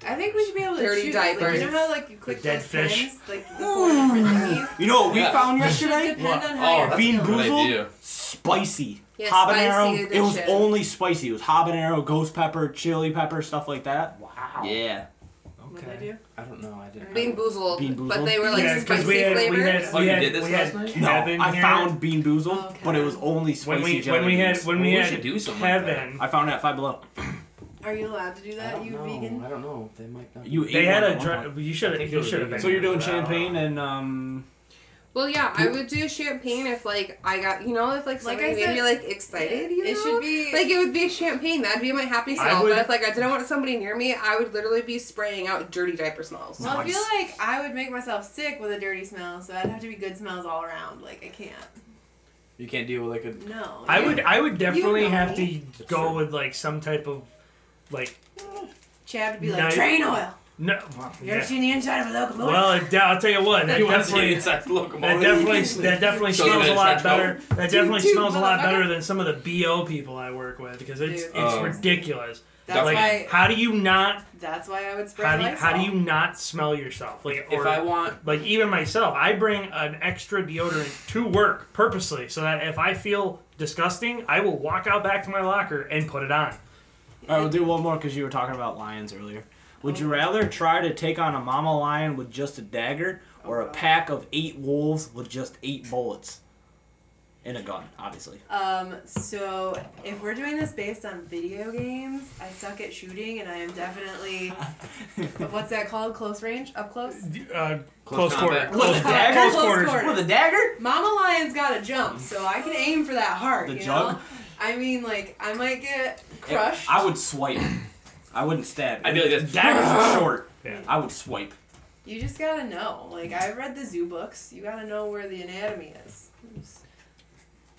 I think we should be able to
Dirty
choose. Like,
diapers.
you know how like you click
dead
those
fish.
pins,
*sighs*
like the four different things.
You know what we
Yeah.
found
Should *laughs*
yesterday?
depend
What?
on
Oh,
how
that's
you're
Bean
feeling.
boozled?
idea.
Spicy.
Yeah,
habanero.
spicy
it was
edition.
only spicy. It was habanero, ghost pepper, chili pepper, stuff like that. Wow. Yeah.
What'd I do?
I don't know. I didn't.
Bean boozled,
Bean
but
boozled?
they were like
yeah, 'cause
spicy
we had,
flavors.
We had,
Oh,
we
you
had,
did this
we
last
had
night?
No,
Kevin
I
here.
found bean boozled,
Okay.
but it was only spicy
when we
jelly
when we had
beans.
when we
We
had
should do something like that.
Kevin.
I found it at Five Below.
Are you allowed to do that? You vegan?
I don't know. They might not.
You
they
ate
had
one
a
at one
dr- you should
I think
have
it
you
was
should have
vegan.
been
So you're
here
doing
for that one.
champagne and um.
Well, yeah, I would do champagne if like I got you know if like
Like
somebody
I
made
said,
me like excited. You
It
know?
should be
like it would be champagne. That'd be my happy
I
smell.
would-
But if like I didn't want somebody near me, I would literally be spraying out dirty diaper smells.
Well, I feel
Nice.
like I would make myself sick with a dirty smell, so I'd have to be good smells all around. Like I can't.
You can't deal with like a.
No.
I would I would definitely
know
have to
me.
go with like some type of like
Chad would be like
Nice.
train oil.
no. Well,
You ever
yeah.
seen the inside of a locomotive?
well it, I'll tell you what. That
You want to see
definitely
inside the
that
locomotive?
definitely that definitely
So
smells
that
a
it's
lot
not
better. That definitely
toot,
smells a lot
motherfucker.
better than some of the bo people I work with because it's
Dude.
it's
Um,
ridiculous.
That's
like
why.
how do you not
That's why I would spray
how do you,
Lysol.
how do you not smell yourself like or,
If
*laughs*
I want,
like even myself I bring an extra deodorant to work purposely so that if I feel disgusting I will walk out back to my locker and put it on.
All right, we'll do one more because you were talking about lions earlier. Would you rather try to take on a mama lion with just a dagger, or a pack of eight wolves with just eight bullets, and a gun,
*laughs*
obviously?
Um, so if we're doing this based on video games, I suck at shooting, and I am definitely what's that called? Close range, up close.
Uh,
Close
close quarter.
combat.
With
Close
a
quarter.
dagger?
Close
Close
quarters.
quarter.
With a dagger?
Mama Lion's got to jump, so I can aim for that heart.
The
you
jug?
Know? I mean, like I might get crushed.
I would swipe. I wouldn't stab.
I'd be like this.
Daggers are short.
Yeah.
I would swipe.
You just gotta know. Like I read the zoo books. You gotta know where the anatomy is.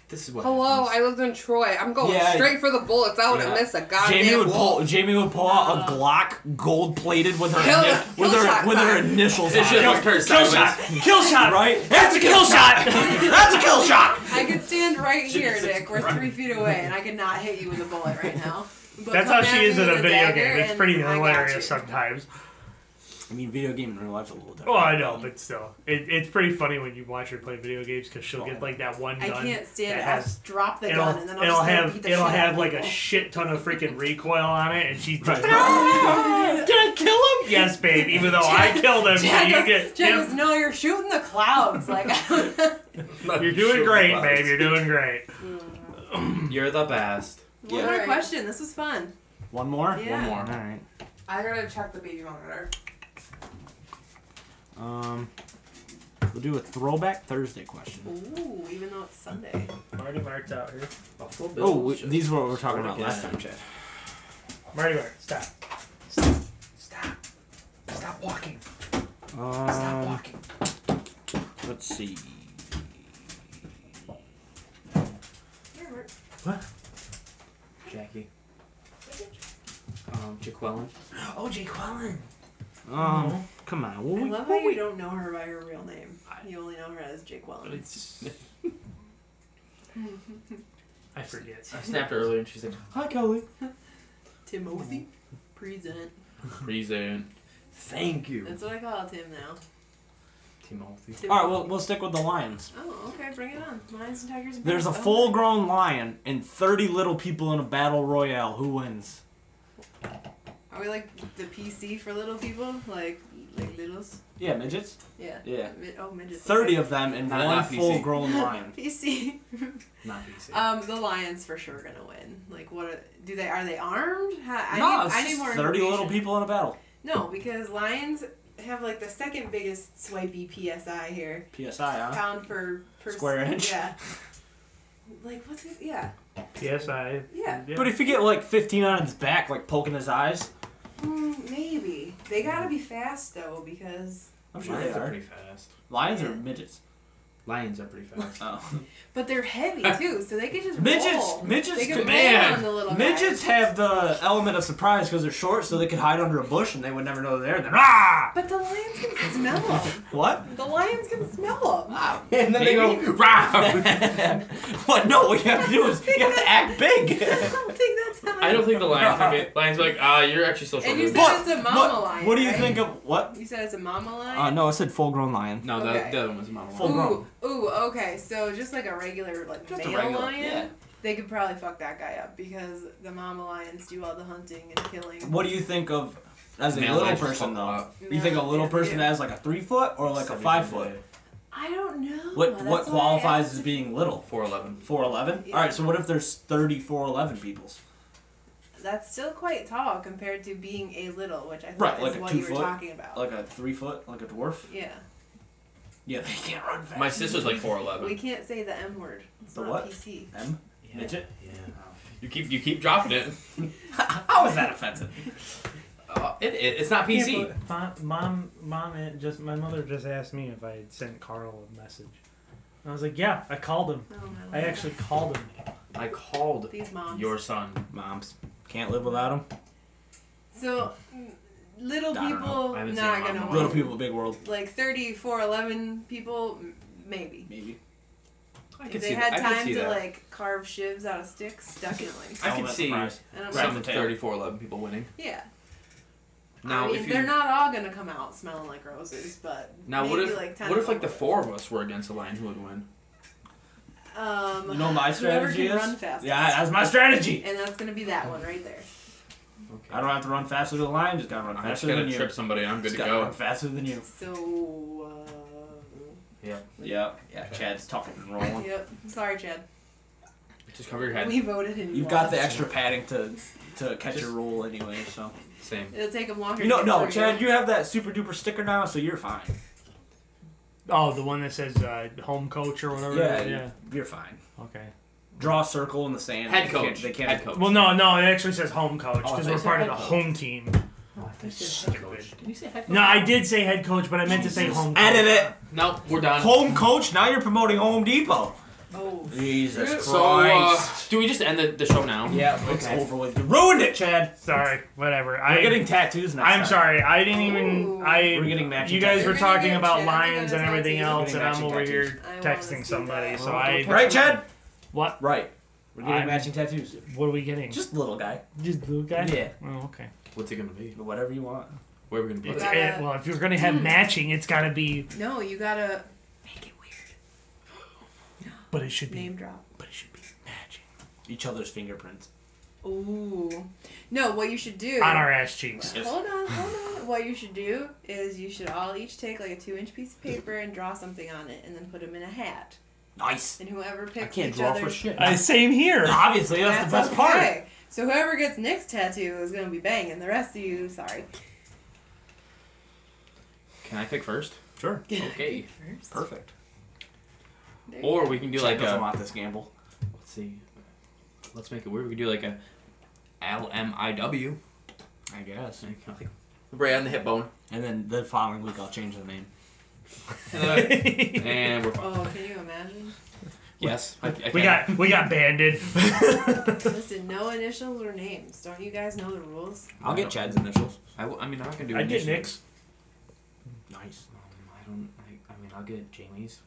This is what.
Hello, I
happens.
lived in Troy. I'm going
Yeah.
straight for the bullets. I wouldn't
Yeah.
miss a
Jamie
goddamn
would pull.
wolf.
Jamie would pull out a Glock, gold plated with her
Kill-
ini- with
kill
her
shot
with her
sign.
initials.
It's
on
just
it.
like her
Kill shot!
sideways.
Kill shot!
*laughs* right.
That's a kill shot!
That's a kill shot.
I could stand right here,
Jesus
Nick. We're three feet away, and I could not hit you with a bullet right
*laughs*
now. But
That's how
come
she
at
is
me
in a
with
video
dagger,
game. It's
and
pretty
I got you.
hilarious sometimes.
I mean, video game in real life's a little different.
Oh, I know, but still, it, it's pretty funny when you watch her play video games because she'll get like that one
I
gun.
can't stand
that
it. I'll
has-
just drop the
It'll,
gun, and then I'll
it'll
just
have
beat the
it'll
shit
have
out of
like a
people.
shit ton of freaking recoil on it, and she's just,
Right.
"Ah, did I kill him? Yes, babe. Even though I killed him,
Jack
you
goes,
get
Jack
yep,
goes, no, you're shooting the clouds.
*laughs*
Like, *laughs*
you're doing great, babe. You're doing great.
You're the best.
one more question. This was fun.
One more.
Yeah.
All right.
I gotta check the baby monitor.
Um, we'll do a throwback Thursday question.
Ooh, even though it's Sunday.
Marty Mart's out here.
Buffalo Bills.
Oh, we, these were what we were talking about
Yeah.
last time, Chad.
Marty Mart, stop. Stop. Stop walking. Stop
Um,
walking.
let's see.
Jackie. Um, Jaquelin.
Oh, Jake Quellen.
Um, come on. What
I
we,
love how
what
you
we,
don't know her by her real name. You only know her as Jake Wellen.
It's-
I forget.
I snapped her earlier and she's like,
Hi, Kelly.
Timothy. Present.
Present. Thank you.
That's what I call him now.
Timothy.
Tim-
All right, we'll, we'll stick with the lions.
Oh, okay, bring it on. Lions and Tigers. and
There's a
Bears. Oh.
full-grown lion and 30 little people in a battle royale. Who wins?
Are we like the PC for little people? Like, like littles?
Yeah, midgets.
Yeah.
Yeah.
Mid- oh, midgets.
30
*laughs*
of them and
Not-
one
not PC.
full-grown lion.
PC.
Not easy.
um, the Lions for sure are gonna win. Like, what are, do they? Are they armed? Ha- *laughs* I
no,
need,
it's
I
just
need more
30 little
information.
people in a battle.
No, because Lions have like the second biggest swipey PSI here,
PSI, huh?
pound per, per
Ah, Square inch.
Yeah. like what's it? Yeah.
PSI.
Yeah.
But if you get like 15 on his back, like poking his eyes,
Mm, maybe they gotta be fast though because.
I'm sure
Lions
they
are
are.
pretty fast.
Lions are midgets.
Lions are pretty *laughs* fast.
Oh.
But they're heavy too, so they could just
*laughs* Uh, Midgets,
roll.
midgets,
They could roll on
man.
the little
Midgets
guy.
have the element of surprise because they're short, so they could hide under a bush and they would never know they're there. And then ah,
But the lions can smell them.
what?
The lions can smell them.
Ah, and then
They go, "Rah!"
*laughs* what? No, what you have to do is you have to act big.
*laughs* *laughs* I don't think that's
*laughs*
how.
I don't think the Lions are good. Lions are like, ah, you're actually still
And you
short.
said-
But
It's a mama
what,
lion,
what do you
right?
think of what?
You said it's a mama lion.
Uh, no, I said full-grown lion.
No, the,
Okay.
the other one's a mama.
Full
lion.
grown.
Ooh, ooh, okay. So just like a regular like
Just a
male
regular,
lion,
yeah.
they could probably fuck that guy up because the mama lions do all the hunting and killing.
What do you think of as a
Male
little
lions just
person
fuck
though?
up.
You think a little
Yeah.
person as like a three foot or like a
Seventeen
five foot?
to
I don't know.
What
That's
what
why I
qualifies
asked
as
if-
being little?
4'11.
Four eleven.
Yeah.
All right, so what if there's thirty four eleven peoples?
That's still quite tall compared to being a little, which I think
Right,
is
like a
what
two
you were
foot,
talking about.
Like a three foot, like a dwarf?
yeah,
Yeah, they can't run fast.
My sister's like
we
4'11.
can't say the M word. It's
The
not
what?
PC.
M?
Yeah.
Midget?
Yeah. You keep you keep dropping it.
How is that offensive?
Uh, it, it it's not
Yeah,
PC.
but fa- mom, mom, and just my mother just asked me if I had sent Carl a message. And I was like, yeah, I called him.
Oh, my
I actually called him.
I called
these moms.
your son.
Moms. Can't live without them.
So mm, little
I don't know.
people
I haven't seen
not
a mama
gonna
lion.
win.
Little people, big world.
Like 34, 11 people, m- maybe.
Maybe.
I
If
could
they
see
had
that. I could
time
see
to
that.
like carve shivs out of sticks, definitely.
I
Element
could
of
see
surprise.
I don't
Right.
know.
some
the tail.
34'11 people winning.
Yeah.
Now
I mean,
if you
they're not all gonna come out smelling like roses, but
Now
maybe
what if
like 10
what if like the
of them
four of us were against a lion? Who would win?
will. Um,
You know my
whoever
strategy
can
is?
run fastest.
Yeah, that's my strategy.
and that's gonna be that one right there.
Okay.
I don't have to run faster than the lion, just gotta run
I'm just
faster
gonna
than you.
trip somebody. I'm good
Just
to
gotta run
go.
faster than you.
So.
Yeah, yeah. Chad's talking and
Uh, *laughs*
rolling.
yep. Sorry, Chad.
Just cover your head.
We voted and you
You've got
lost.
the extra padding to to catch your roll anyway, so.
Same.
It'll take him longer.
You know,
to get
no,
through
Chad,
here.
you have that super duper sticker now, so you're fine.
Oh, the one that says uh, home coach or whatever.
Yeah,
yeah.
you're fine.
Okay.
Draw a circle in the sand.
Head
They can't-
coach.
They can't.
Head coach.
Well, no, no, it actually says home coach
Oh, I
because
thought you
we're
said
part of
head
the
coach.
home team.
Oh, Stupid. Did you say head coach?
No, I did say head coach, but I meant to say home. Coach.
Edit it.
No, we're done.
Home coach. Now you're promoting Home Depot.
Oh.
Jesus
So, uh,
Christ.
do we just end the, the show now?
uh, yeah, it's
okay.
over with. You ruined it, Chad.
Sorry, whatever.
We're
I,
getting tattoos next
I'm
time.
sorry. I didn't even.
Ooh.
I.
We're getting matching
You guys
tattoos.
were
We're
talking
gonna get
about
shit.
lions and
We're
everything
getting
else, and I'm
matching
over here
tattoos.
I wanna
texting
see
somebody.
that.
So I.
Right, Chad?
What?
Right. We're getting
I'm-
matching tattoos.
What are we getting?
Just little guy.
just blue guy.
Yeah.
Oh, okay.
What's it gonna be?
Whatever you want.
Where are we gonna put
It's,
it?
gotta-
it, well, if you're gonna have matching, it's gotta be.
No, you gotta make it weird.
But it should be.
Name drop.
But it should be matching.
Each other's fingerprints.
Ooh. No, what you should do.
On our ass cheeks.
Yes.
Hold on, hold on. What you should do is you should all each take like a two inch piece of paper and draw something on it and then put them in a hat.
Nice.
And whoever
I
picks
can't
each
draw
other's
for shit.
Uh, same here.
*laughs*
*laughs*
Obviously, that's, the best part.
okay. So whoever gets Nick's tattoo is gonna be banging. The rest of you, sorry.
Can I pick first?
Sure.
Okay.
First.
Perfect.
There you
Or we can do
Chad
like uh,
doesn't
a.
want this gamble.
Let's see. Let's make it weird. We can do like a L M I W.
I guess.
Like, Right on the hip *laughs* bone.
And then the following week, I'll change the name.
and we're
go.
fine.
Oh, can you imagine?
Yes. I, I can.
we got we got banded.
Listen, no initials or names. Don't you guys know the rules?
I'll get Chad's initials.
I, will- I mean, I'm not gonna do.
I get
initials.
Nick's.
Nice.
Um, I don't. I, I mean, I'll get Jamie's.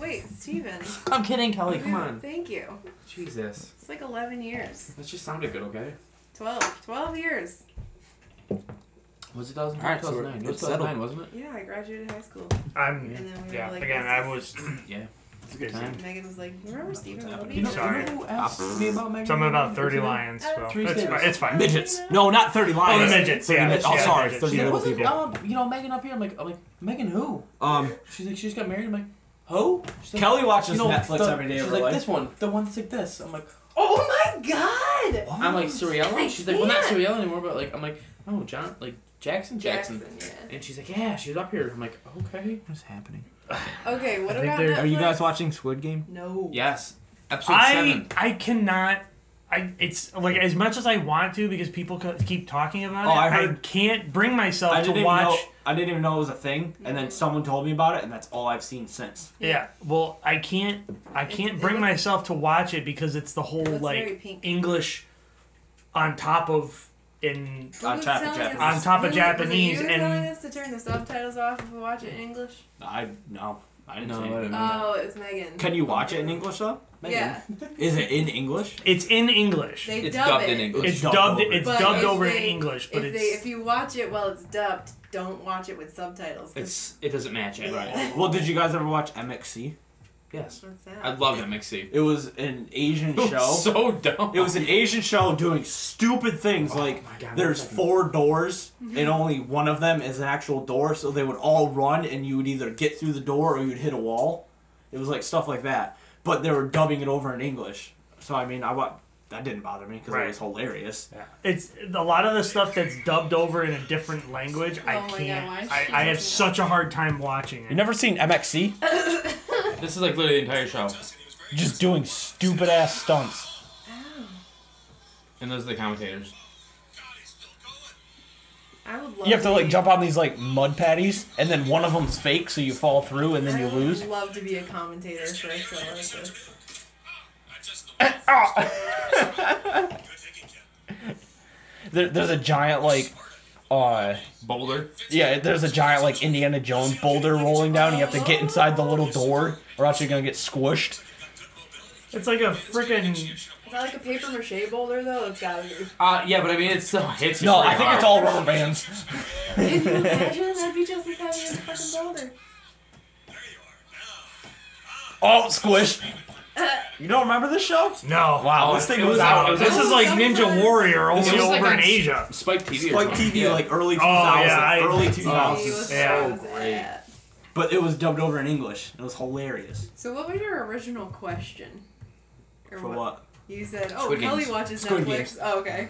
Wait, Steven.
I'm kidding, Kelly.
come on.
Thank you.
Jesus.
It's like 11 years.
That just sounded good. Okay.
12. 12 years.
Was it 2000?
All right, so
2009.
we're-
it was
it's settled.
2009, wasn't it?
Yeah, I graduated high school.
I'm.
And then we were
Mm, Yeah.
like,
Again,
this
I
is-
was.
Yeah.
It's a good
time.
Megan was like, remember Steven Willoughby?
You know,
Sorry.
you know who asked me about Megan?
Something about thirty
Today?
lions. Well,
Three
it's,
stairs.
fine. it's fine.
Midgets. No, not 30 lions.
Oh, the midgets. Yeah.
midgets. Oh,
yeah,
sorry,
midgets.
thirty
Yeah.
little
Yeah.
people.
um, you know, Megan up here. I'm like, I'm like, Megan who?
Um,
She's like, she just got married. I'm like, who? She's like,
Kelly watches
you know,
Netflix
the-
every day
She's
of her
like
life.
this one, the one that's like this. I'm like, "Oh,
Oh my god!
I'm like Suriella. She's like, well, not Suriella anymore, but like, I'm like, no, John, like Jackson, Jackson.
yeah.
And she's like, yeah, she's up here. I'm like, okay.
What's happening?
Okay, what
I think
about
they're-
Netflix?
Are you guys watching Squid Game?
No.
Yes. Episode
I
seven.
I cannot. I it's like as much as I want to because people co- keep talking about
Oh,
it.
I heard-
can't bring myself
I didn't
to
even
watch.
know. I didn't even know it was a thing, and then someone told me about it, and that's all I've seen since.
Yeah, well, I can't. I can't
it
bring
looks-
myself to watch it because it's the whole
looks very
like
pink.
English on top of in.
Who
On
was
top of
telling
Japanese.
us-
On top of
who- was it
Japanese
you
and-
telling us to turn the subtitles off if we watch it in English?
I no, I didn't
No,
see
I didn't.
it.
Oh, it's Megan.
Can you watch it in English though?
Yeah,
Is it in English?
It's in English.
they
It's
dub
dubbed
it.
in English.
it's
dubbed
dubbed.
over.
It's
But
dubbed
if
over in
they-
English, but
if
it's
they, if you watch it while it's dubbed, don't watch it with subtitles. 'cause-
It's it doesn't match it.
*laughs*
Right.
Well, did you guys ever watch MXC?
Yes.
What's
I
that?
love that mixie.
It was an Asian *laughs*
*laughs*
show.
So dumb.
It was an Asian show doing stupid things
Oh
like
my God, what
there's
was that?
four doors and only one of them is an actual door, so they would all run and you would either get through the door or you'd hit a wall. It was like stuff like that, but they were dubbing it over in English. So I mean, I wa- that didn't bother me because
Right.
it was hilarious.
it's a lot of the stuff that's dubbed over in a different language.
Oh
I
my God, why
can't.
is
I,
she
I have
watching
such a hard time watching it.
never seen MXC?
This is like literally the entire show.
Just doing stupid ass stunts.
And those are the commentators.
I would love
on these like mud patties, and then one of them's fake, so you fall through and
I would love to be a commentator for a show like this.
Ah! *laughs* There, there's a giant like, uh,
Boulder.
yeah, there's a giant like Indiana Jones boulder rolling down. You have to get inside the little door, or else you're gonna get squished.
It's like a freaking
Is that like a paper mache boulder though? It's gotta be.
Uh, yeah, but I mean, it's *laughs* still hits you
No,
pretty
I think
hard.
it's all rubber bands.
Can you imagine? That'd be just as heavy as a fucking boulder.
Oh, squish!
You don't remember this show?
no.
Wow,
this thing
it was
was
out.
out.
It was
Oh, This
out.
is like
Sometimes-
Ninja Warrior
This
only
was like
over
on
in Asia.
Spike TV. or
Spike
something.
TV,
Yeah.
like early 2000s,
Oh, yeah, I-
early
He was
2000s.
so
Yeah.
sad.
But it was dubbed over in English. It was hilarious.
So what was your original question? Or
For what?
You said, "Oh,
Squid
Kelly
Games.
watches
Squid
Netflix."
Games.
Oh, okay.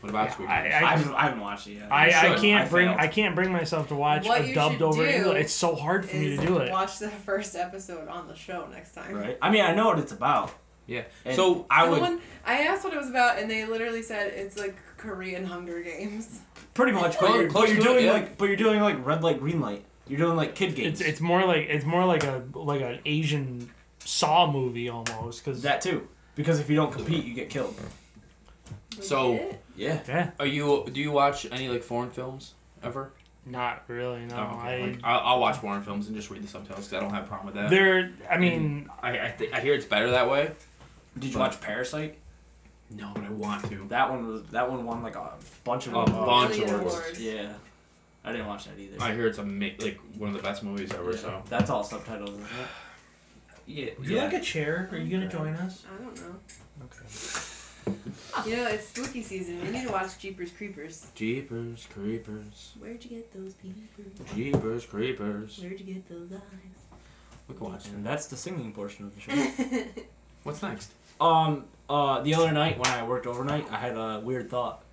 What about Squid
I,
Game?
I
I,
haven't, I haven't watched it yet.
I, I
should.
can't
I
bring
failed.
I can't bring myself to watch
What
a
you
dubbed
should
over
do
English. It's so hard for me
Is
to do it.
Watch the first episode on the show next time.
Right? I mean, I know what it's about.
Yeah.
And
so
I would
Someone, I asked what it was about, and they literally said it's like Korean Hunger Games. *laughs*
pretty much, but
Close-
you're,
Oh, close
but you're
to it,
doing
yeah.
like, but you're doing like red light, green light. You're doing like kid games.
It's it's more like it's more like a like an Asian Saw movie almost because
that too. Because if you don't compete, you get killed.
So,
Yeah.
yeah,
are you? Do you watch any like foreign films ever?
not really. No,
Oh, okay.
I
Like, I'll, I'll watch foreign films and just read the subtitles because I don't have a problem with that.
there. I mean,
I I, th- I hear it's better that way.
Did you watch Parasite?
No, but I want to.
That one was that one won like a bunch of
A
awards.
bunch of
Million
awards.
awards.
Yeah. I didn't watch that either.
I hear it's a ama- like one of the best movies ever.
Yeah.
So
That's all subtitles, isn't it?
yeah,
would you like a chair? Are you gonna join us?
I don't know.
Okay.
You know, it's spooky season. We need to watch Jeepers Creepers.
Jeepers creepers,
Where'd you get those peepers?
Jeepers creepers.
Where'd you get those
We can watch
And that's the singing portion of the show. *laughs*
eyes?
What's next?
Um, uh, the other night when I worked overnight, I had a weird thought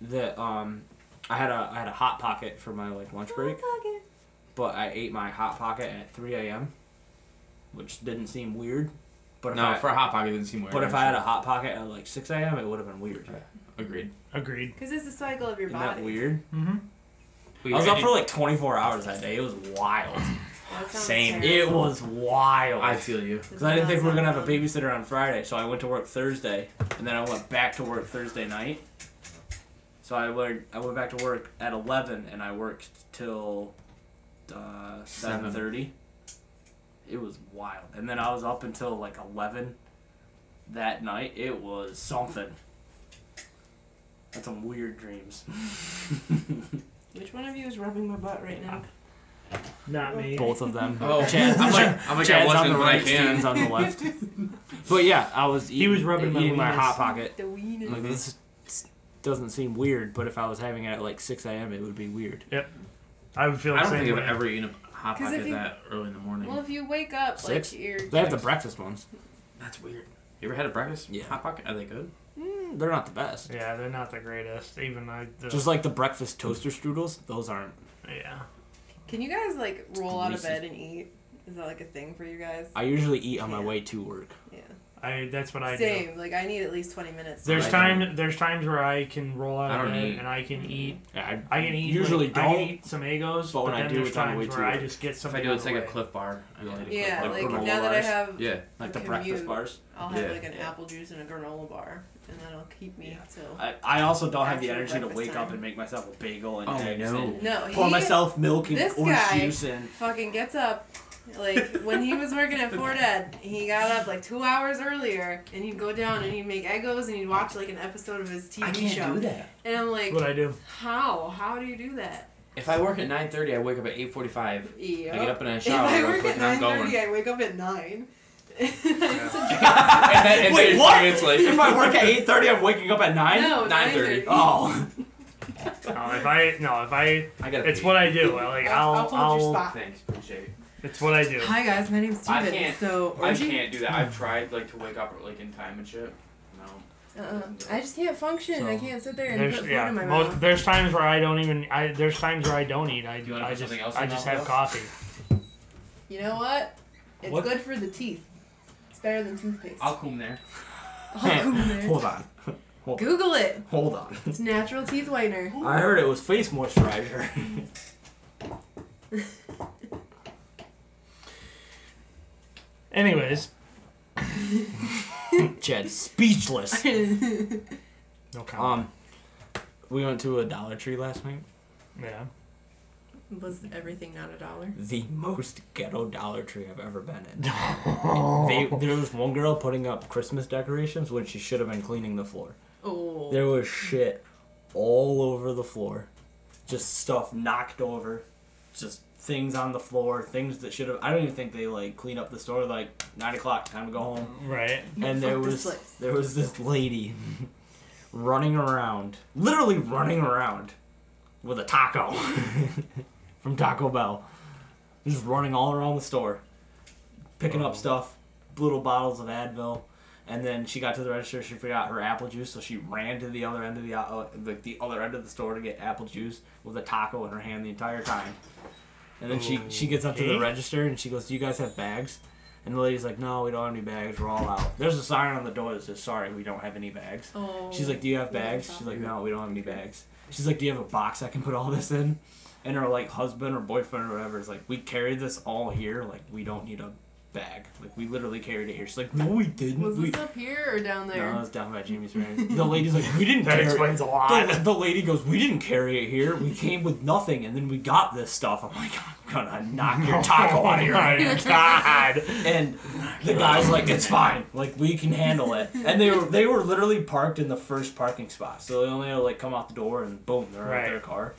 that um, I had a I had a hot pocket for my like lunch
*laughs*
break, but I ate my hot pocket at 3 a.m., which didn't seem weird. But if
No,
I,
for a hot pocket it didn't seem weird.
but if I had a hot pocket at like 6 a.m., it would have been weird.
agreed.
Agreed.
Because it's the cycle of your
Isn't
body.
that weird?
Mm-hmm.
I was up for like 24 hours that day. It was wild.
That sounds
Same.
terrible.
It was wild.
I feel you.
Does
Because I didn't
that
think we were
sound
gonna have a
fun?
babysitter on Friday, so I went to work Thursday, and then I went back to work Thursday night. So I went I went back to work at eleven, and I worked till uh, seven thirty. It was wild, and then I was up until like eleven that night. It was something. That's some weird dreams. *laughs*
Which one of you is rubbing my butt right now?
Mm-hmm.
Not me.
Both of them.
*laughs* Oh,
Chad,
I'm like, I'm like, I
Chad's
wasn't,
on the
but I
right, Steve's
can.
on the left.
*laughs*
But yeah, I was. Eating,
was rubbing my
eating my
weenus.
hot pocket.
The weenus.
Like this doesn't seem weird, but if I was having it at like 6 a.m., it would be weird.
I would feel. the
I don't
same
think
way.
I've ever eaten a hot
'Cause
pocket
if you-
that early in the morning.
Well, if you wake up,
Mm-hmm. Six?
like, you're.
They have the breakfast ones.
That's weird. You ever had a breakfast
Yeah.
hot pocket? Are they good?
Mm, they're not the best.
Yeah, they're not the greatest. Even I. The,
Just like the breakfast toaster strudels, those aren't.
yeah.
Can you guys like roll out of
Reese's.
bed and eat? Is that like a thing for you guys?
I usually eat on my way to work.
I. That's what I do.
Same. Like I need at least twenty minutes. to
There's
I
like-
time. There's times where I can roll out
I
of
don't
bed
eat.
and I can eat.
Yeah, I,
I can eat.
Usually
like, I can
don't,
eat some egos,
but when I
then
do,
there's
it's on the
times
way
where
to
I
work.
just get
If
something.
I do,
on
it's
the
like a
way.
Cliff Bar. I really like a
Yeah,
Clif
Like
like,
granola
now that I
bars.
have,
Yeah.
like
a
the breakfast
commute,
bars.
I'll have
Yeah.
like an
Yeah.
apple juice and a granola bar, and that'll keep me
Yeah.
till.
I, I also don't have the
Actual
energy to
breakfast
wake up
time.
and make myself a bagel and
Oh,
eggs
no.
and
No,
pour
he
myself milk and
this
orange
guy-
juice and.
fucking gets up. Like when he was working at Fort Ed, he got up like two hours earlier, and he'd go down and he'd make egos and he'd watch like an episode of his TV show.
that.
And I'm like,
That's what I
*laughs*
do.
how? How do you do that?
If I work at 9:30, I wake up at 8:45.
Yep.
I get up and I
*laughs* If
shower
I
real
work
quick
at
and I'm
nine
going.
thirty,
*laughs*
I wake up at nine. *laughs*
And then- and
Wait,
then
what?
It's like,
if I work at 8:30, I'm waking up at nine.
no,
9:30.
9:30.
Oh,
No, if I no, if I,
I gotta.
it's
pee.
what I do. I, Like
I'll,
I'll,
I'll, hold your spot.
Thanks, appreciate it.
It's what I do.
Hi guys, my name's
I
Steven.
can't-
So
I
orgy?
can't do that. I've tried like to wake up like in time and shit. No.
Uh-uh. I just can't function. I can't sit there and
There's
put food
yeah.
in my
Most,
mouth.
there's times where I don't even. I there's times where I don't eat. I
Do you wanna
I
put
just
something else
I
in
just
mouth,
have
though?
coffee.
You know what? It's
What?
good for the teeth. It's better than toothpaste.
I'll come there.
*laughs*
I'll go there.
hold on,
Google it.
hold on.
It's natural teeth whitener.
I heard it was face moisturizer. *laughs*
Anyways,
Chad, speechless.
no comment.
Um, we went to a Dollar Tree last night.
Um,
yeah.
*laughs* Was everything not a dollar?
The most ghetto Dollar Tree I've ever been
*laughs*
in. They, there was one girl putting up Christmas decorations when she should have been cleaning the floor.
Oh.
There was shit all over the floor, just stuff knocked over, just things on the floor, things that should have. I don't even think they like cleaned up the store. Like nine o'clock, time to go home.
Right.
and there
Fuck
was
this place.
there was this lady *laughs* running around, literally running around with a taco *laughs* from Taco Bell, just running all around the store, picking up stuff, little bottles of Advil, and then she got to the register. She forgot her apple juice, so she ran to the other end of the uh, like the other end of the store to get apple juice with a taco in her hand the entire time. And then she, she gets up to the
Okay.
register and she goes, "Do you guys have bags?" And the lady's like, "No, we don't have any bags. We're all out." There's a sign on the door that says, "Sorry, we don't have any bags."
Oh.
She's like, "Do you have
Yeah, I
bags?"
saw
She's like, "No, we don't have any bags." She's like, "Do you have a box I can put all this in?" and her like husband or boyfriend or whatever is like, we carried this all here. Like we don't need a bag. Like we literally carried it here. She's like, no, we didn't.
Was
we
this up here or down there?
no, that was down by Jamie's parents. *laughs* The lady's like, we didn't
That
carry.
explains a lot.
The, the lady goes, we didn't carry it here. We came with nothing, and then we got this stuff. I'm like, I'm gonna
*laughs*
knock your taco out of your hand.
God.
And the guy's like, it's fine. Like we can handle it. And they were they were literally parked in the first parking spot, so they only had to like come out the door and boom, they're at their
Right.
car.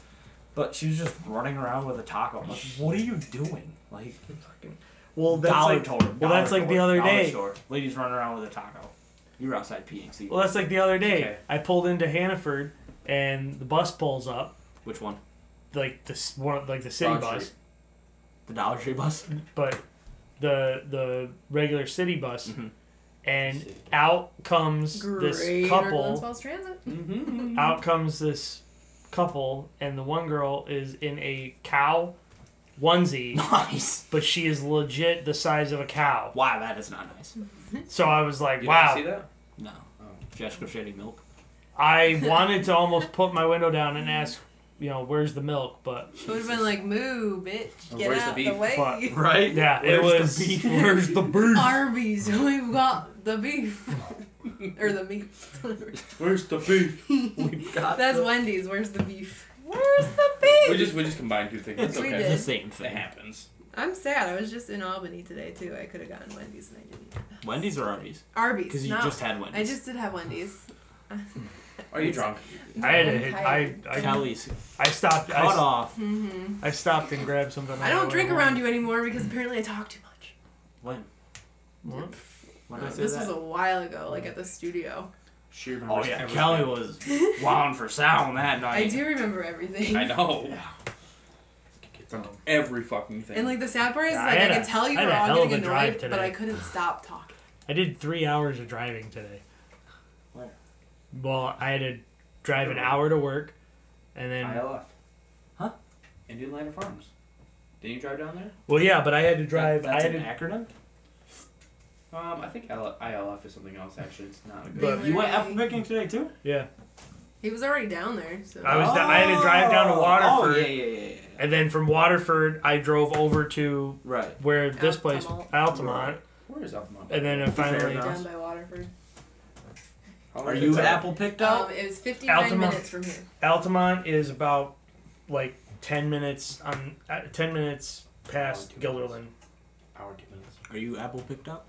But she was just running around with a taco. I'm like, what are you doing? Like fucking
Well, that's
dollar
like
store.
well,
dollar
that's like the
store,
other
dollar
day.
Store. Ladies running around with a taco. You were outside peeing. See
Well, that's like the other day.
Okay.
I pulled into Hannaford, and the bus pulls up,
which one?
like the s- one, like the city
Broad
bus,
Street.
The Dollar Tree bus. *laughs*
but the the regular city bus,
Mm-hmm.
Mhm.
and out comes this couple.
Wells Transit.
Mm. Mm-hmm.
Out comes this couple, and the one girl is in a cow
*laughs*
onesie,
Nice.
but she is legit the size of a cow.
Wow, that is not nice.
So I was like,
You
wow.
didn't see that?
No. Jessica Shady Milk.
I
*laughs*
wanted to almost put my window down and ask, you know, where's the milk? But
Would have been like, move, bitch, get
Where's the
out the,
beef?
way.
Fuck.
Right?
yeah, it
Where's
was.
the
*laughs*
beef?
Where's the beef?
*laughs* Arby's, *laughs* we've got the beef *laughs* or the meat. *laughs*
Where's the beef?
We've got
That's
the,
Wendy's. Where's the beef? Where's the beef?
we just we just combined two things. It's
We
okay.
did.
the same
It
thing.
happens.
I'm sad. I was just in Albany today too. I could have gotten Wendy's and I didn't.
Wendy's or Arby's?
Arby's.
Because you
no.
just had Wendy's.
I just did have Wendy's.
Are you drunk?
I had a, I,
tired.
I,
Kelly's
I stopped.
cut
I,
off.
Mm-hmm.
I stopped and grabbed something.
I don't drink around you anymore because apparently I talk too much.
When?
What?
When did I say
Uh, This
that?
was a while ago, like at the studio.
She remembers
oh yeah,
everything.
Kelly was wound for sound that night.
I do remember everything.
I know.
Yeah.
Oh.
Every fucking thing.
And like the sad part is,
Yeah, I
like I,
had
could
a-
tell you
I had
were
a
all
hell
getting
of a drive
annoyed, but
today.
I couldn't stop talking.
I did three hours of driving today.
Where?
Well, I had to drive an hour to work, and then
ILF.
Huh?
Indian Land Farms. Didn't you drive down there?
well, yeah, but I had to drive. I
That's
had
an
to,
acronym.
Um, I think L- ILF is something else. Actually, it's not a good.
But-
You went apple picking today too?
yeah,
He was already down there, so
I was down- I had to drive down to
Oh
Waterford.
yeah, yeah, yeah. yeah.
and then from Waterford, I drove over to
Right.
where this place
Altamont.
Altamont,
Where is Altamont?
and then I
Fair
finally
enough.
down by Waterford.
How
Are
is
you
it?
apple picked
Um,
up?
it was 59
Altamont.
minutes from here.
Altamont is about like ten minutes on uh, ten minutes past
Oh, two minutes.
Gilderland.
Hour two minutes.
Are you apple picked up?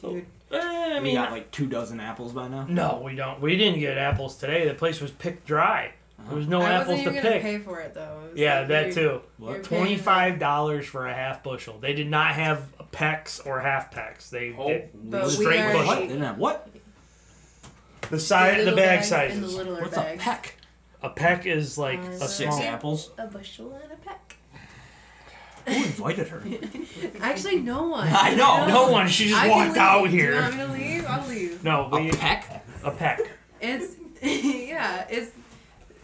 Dude,
Eh, I
We
mean,
got like two dozen apples by now.
no, we don't. We didn't get apples today. The place was picked dry.
Uh-huh.
There was no
I
apples
wasn't
to
even gonna
pick.
pay for it though. It was
yeah,
like,
that
you're-
too.
you're
What?
paying
Twenty-five dollars for a half bushel. They did not have pecks or half packs. They
Oh.
did
But
we Straight are-
Wait, what?
bushel.
Didn't have what?
the size, the
little
bag
bags and the
sizes.
littler
What's a
bags.
peck?
a peck is like
Uh,
a
Six
Six
small.
apples.
A bushel and a peck.
Who invited her?
Actually, no one.
I know.
You
No one. She just
I can
walked
leave.
out
Do you
here.
want me to leave? I'll leave.
No, we
A peck?
a peck.
It's *laughs* yeah. It's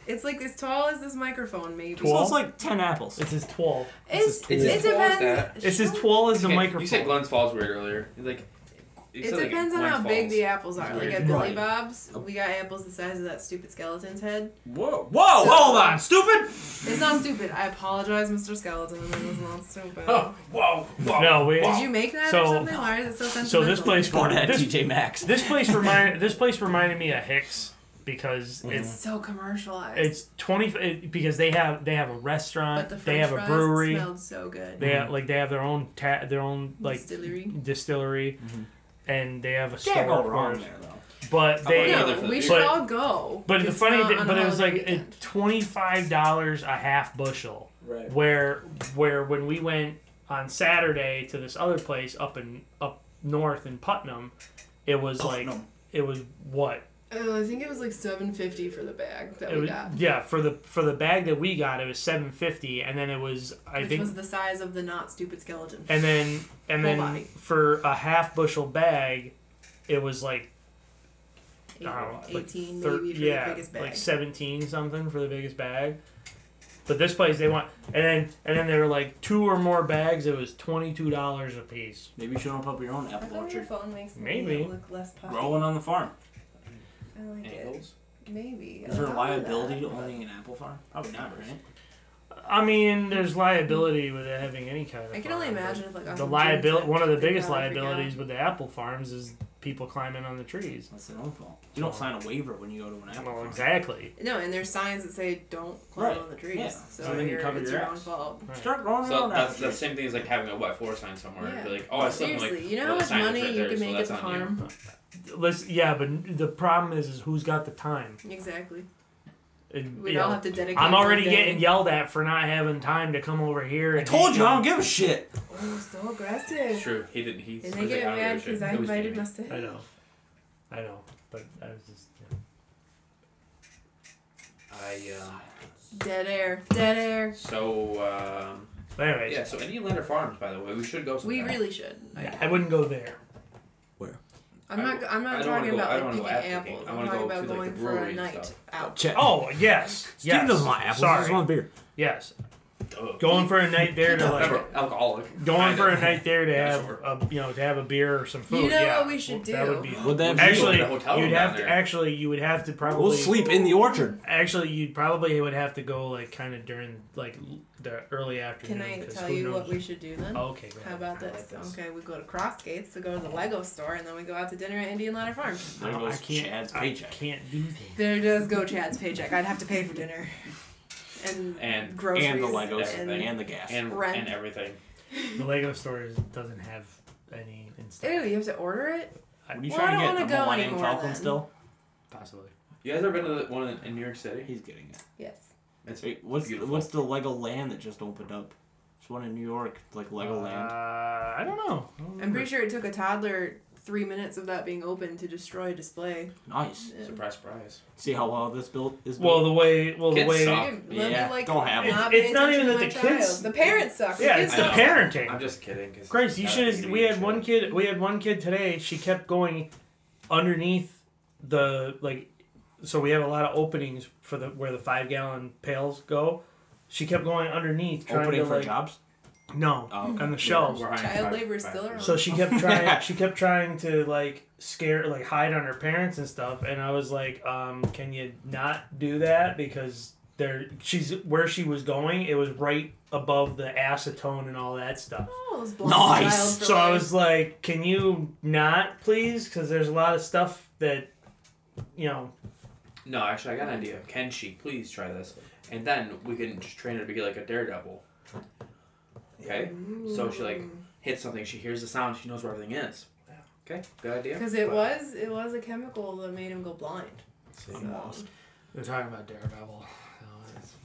it's like as tall as this microphone, maybe.
Twelve.
So it's like ten apples.
It's as tall.
It's,
It's as
it
tall
as that.
depends.
It's as
Sure.
tall as the
Okay,
microphone.
You said Glens Falls weird earlier. You Like, you
It
said, like,
depends on
Glens
how big
Falls.
the apples are. Like at
Right.
Billy Bob's, we got apples the size of that stupid skeleton's head.
Whoa! Whoa!
So-
hold on, stupid!
It's not stupid. I apologize, Mr. Skeleton. It was not stupid.
Oh, whoa, whoa.
No, we.
Did you make that
So-
or something? Why is it so sentimental?
So this place,
Bought it at
this,
TJ Maxx.
this place remind this place reminded me of Hicks because it's
so commercialized.
it's twenty it, because they have they have a
but
restaurant,
the
they
French
have a
fries
brewery,
smelled so good.
they have, like they have their own ta- their own like
Distillery.
distillery, and they have a store.
Can't go
of
wrong
course.
there though.
But
Yeah,
they
Yeah, they're
No,
for the
we
beer.
should
But-
all go.
but the
It's
funny
not
thing
on
but
a
it was like
holiday
it,
weekend.
twenty five dollars a half bushel.
Right.
where where when we went on Saturday to this other place up in up north in Putnam, it was like
Putnam.
it was what
Oh, I think it was like seven fifty for the bag that
it
we
was,
got,
yeah for the for the bag that we got it was seven fifty and then it was I
which
think
was the size of the not stupid skeleton.
and then and
Whole
then
body.
for a half bushel bag, it was like I
Eight,
don't know, Oh, like
Eighteen
thir-
maybe for
yeah
the biggest bag.
like seventeen something for the biggest bag. But this place they want, and then and then they were like two or more bags. It was twenty two dollars a piece.
Maybe you should open up your own
I
apple
thought your
orchard.
phone makes me
Maybe.
look less puffy.
Growing on the farm.
I like it.
Angles?
Maybe.
Is there
I
a
thought of
liability
that.
to owning an apple farm? Probably not, right?
I mean, there's liability with having any kind of.
I can only
farm, but
imagine if, like,
the
Uncle Jim
liability.
took-
One of the
took that
biggest
off again.
liabilities with the apple farms is people climbing on the trees.
That's their own fault. You don't sign a waiver when you go to an apple
Well,
farm.
exactly.
No, and there's signs that say don't climb
Right,
on the trees.
yeah.
So,
So then you
you're,
cover
it's
your
your own
ass.
fault.
Right.
Start growing your
So
own
that's
apple
the
trees.
same thing as like having a wet floor sign somewhere. and Be
Yeah.
like, oh, I slipped. and,
Seriously,
like,
you know
well,
how
the
much
sign was
money
right
you
there,
can
so
make
that's
at the
on you. *laughs*
farm?
Let's. Yeah, but the problem is, is who's got the time?
Exactly.
And,
We
you
all
know,
have to dedicate.
I'm
one
already
day.
getting yelled at for not having time to come over here.
I
and
told
hang
you I
out.
don't give a shit.
Oh, so
It's
aggressive.
true. He didn't. He.
And
was
they
like,
get
I don't
mad
give a
because
shit. It
I
was
invited
Jamie.
myself.
I know. I know. But I was just. yeah.
I. Um,
Dead air. Dead air.
so. Um,
But anyways,
yeah. So Indian Letter Farms, by the way, we should go. Sometime.
We really should. Like,
I wouldn't go there.
I'm
I-
not. I'm
I
not
don't wanna
talking
go- I
about
don't wanna
like picking
go after the
apples.
game. I
I'm
wanna
talking
go
about
to, like,
going
the
for a
brewery and
night
stuff.
out.
Check.
Oh
*laughs*
yes,
Steve
yes.
doesn't want apples. He just
Sorry.
wants beer.
Yes,
Duh.
going for a night there to like
Remember, alcoholic.
going
Kind
for
of.
a night there to
Yeah,
have
sure.
a, you know to have a beer or some food.
You know
yeah.
what we should
That
do?
would be
Would that be-
actually
We'll go to a hotel
you'd
room
have
down
to
there.
actually you would have to probably
We'll sleep in the orchard.
Actually, you'd probably would have to go like kind of during like the early afternoon.
Can I
'cause
tell
who
you
knows?
what we should do then?
Oh, okay, go ahead.
How about
I like
this? Okay, we go to Cross Gates, we go to the Lego store, and then we go out to dinner at Indian Ladder Farm.
There
No, I
goes
can't.
Chad's
I
paycheck.
can't do that.
There does go Chad's paycheck. I'd have to pay for dinner. And,
And-
groceries.
and the Legos
And,
and, and the gas.
And,
Rent.
and everything.
The Lego store is, doesn't have any in stock.
Ew, you have to order it?
what are you
Well,
trying to
I
get?
don't
The
wanna go
Millennium
anymore
Falcon
then.
still?
Possibly.
You guys ever been to the one in, in New York City?
He's getting it.
Yes.
It's
Wait, what's
beautiful.
what's the Lego Land that just opened up? There's one in New York, like Lego Land.
Uh, I don't know. I don't
I'm
remember.
pretty sure it took a toddler three minutes of that being open to destroy a display.
Nice.
surprise, surprise.
See how well this built is built.
Well, the way well the
Kids
way
suck.
Let me, like,
don't have
It's-
not
it's
pay
not
attention
even
to
that
my
the
child.
kids-
The parents suck. The
yeah,
kids
it's the
suck.
parenting.
I'm just kidding. Cause
Grace, you
God,
should have.
you
We had
should.
one kid. We had one kid today. She kept going underneath the like. So we have a lot of openings for the where the five gallon pails go. She kept going underneath, trying
opening
to
for
like
jobs.
no
Oh, okay.
on the shelves.
We're hiring
Child
five-
labor's
five
still
people.
around.
So she kept trying. she kept trying to like scare, like hide on her parents and stuff. And I was like, um, "Can you not do that? Because there, she's where she was going. It was right above the acetone and all that stuff.
Oh, those
Nice.
child for
So I
life.
was like, "Can you not, please? Because there's a lot of stuff that, you know,
No, actually, I got an idea. Can she please try this? And then we can just train her to be like a daredevil. Okay?
Mm.
So she, like, hits something, she hears the sound, she knows where everything is. Okay? Good idea?
Because it
But-
was it was a chemical that made him go blind.
See,
So-
they're talking about Daredevil."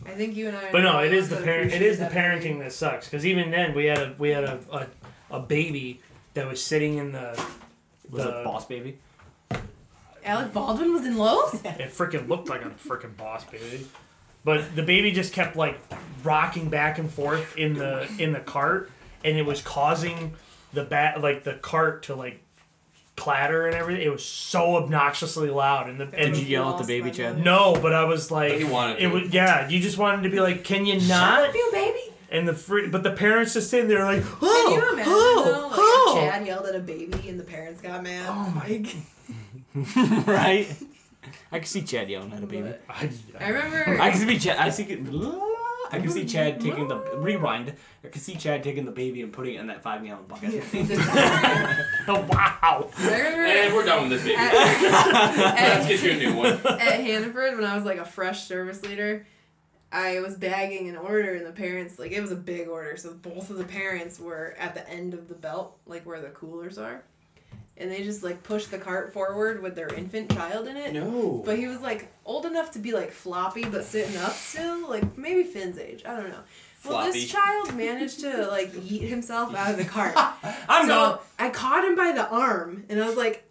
I think you and I. are
But no, it
the
is
ones
the
that
parent. It is the
appreciate that
parenting that sucks. Because even then, we had a we had a, a, a baby that was sitting in the.
Was
the-
it Boss
*laughs*
Baby?
movie. Alec Baldwin was in Lowe's.
It freaking looked like a freaking boss baby. But the baby just kept like rocking back and forth in the in the cart, and it was causing the bat like the cart to like clatter and everything. It was so obnoxiously loud, and the and
Did you yell at the
Lost
baby,
my
Chad?
mind.
no, but I was like,
But he wanted
it
to.
was yeah. You just wanted to be like, can
*laughs*
you
Shut
not?
up, you baby.
And the free, but the parents just sitting there like, oh,
Can you imagine
oh,
though, like,
oh.
if Chad yelled at a baby and the parents got mad?
Oh my
Like,
right. I can see Chad yelling at a baby.
oh." I,
I remember.
I
*laughs*
can see Chad. I see. I can see Chad taking the rewind. I can see Chad taking the baby and putting it in that five gallon bucket.
*laughs* wow.
I remember
And we're done with this baby. *laughs*
at,
Let's
*laughs* at,
get you a new one.
*laughs* at Hannaford when I was like a fresh service leader. I was bagging an order, and the parents like it was a big order, so both of the parents were at the end of the belt, like where the coolers are, and they just like pushed the cart forward with their infant child in it.
No.
But he was like old enough to be like floppy, but sitting up still, like maybe Finn's age. I don't know. Well,
Floppy.
this child managed to like yeet himself out of the cart.
*laughs* I'm
so
done.
I caught him by the arm, and I was like,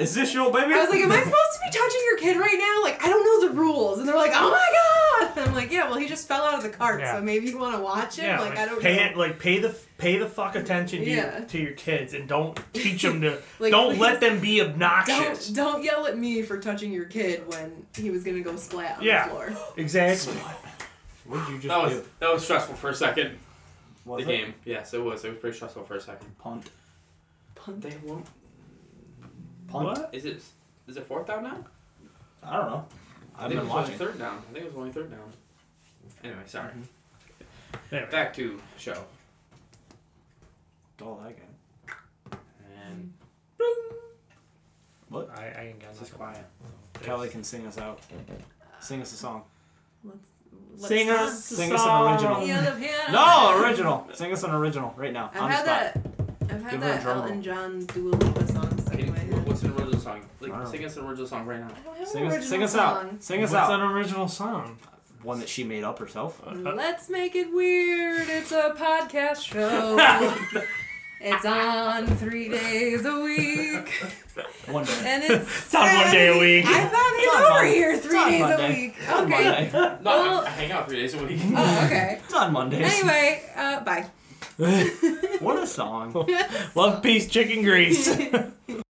Is this your old baby?
I was like, am I supposed to be touching your kid right now? Like, I don't know the rules. And they're like, oh my god. And I'm like, yeah, well, he just fell out of the cart,
Yeah.
so maybe you want to watch him. like, I don't
pay
know.
it- like pay the pay the fuck attention to,
Yeah.
your, to your kids and
*laughs*
don't teach them to
Like,
don't
please,
let them be obnoxious.
Don't don't yell at me for touching your kid when he was gonna go splat on
Yeah.
the floor.
Exactly.
*laughs* What did you just
That was
do?
that was stressful for a second.
Was
the
it?
game, yes, it was. It was pretty stressful for a second.
Punt.
Punt.
They won't.
Punt.
What?
Is it is it fourth down now?
I don't know.
I
I've been
think it was only
watching. Mm-hmm.
third down. I think it was only third down. Anyway, sorry.
There.
Back to show.
all I got.
And
What?
I, I ain't got
It's just
nothing.
quiet. Kelly can sing us out. Sing us a
*laughs*
song.
Let's
Sing
not-
us,
Sing us an original.
Piano, piano.
No, original. Sing us an original right now. on
I've
the
had
spot.
that. I've
Give her a
had that
drum roll.
Elton John Dua Lipa song stuck
can
in
you,
my head.
what's an original song? Like
I don't know.
sing us an original song right now.
I don't have
Sing
an
us,
original
sing us
song.
out. Sing us
What's
out.
an original song?
One that she made up herself.
Let's make it weird. It's a podcast show.
*laughs*
it's on three days a week,
One day. *laughs*
and it's,
It's on one day a week.
I thought
It's
it's,
on
over
Monday.
here three
on
days
Monday.
a week.
It's on
Okay.
Monday.
No, I-
Well-
I hang out three days a week.
*laughs*
*laughs*
Oh, okay.
It's on Mondays.
Anyway, uh, bye.
What a song.
*laughs*
Love, peace, chicken grease.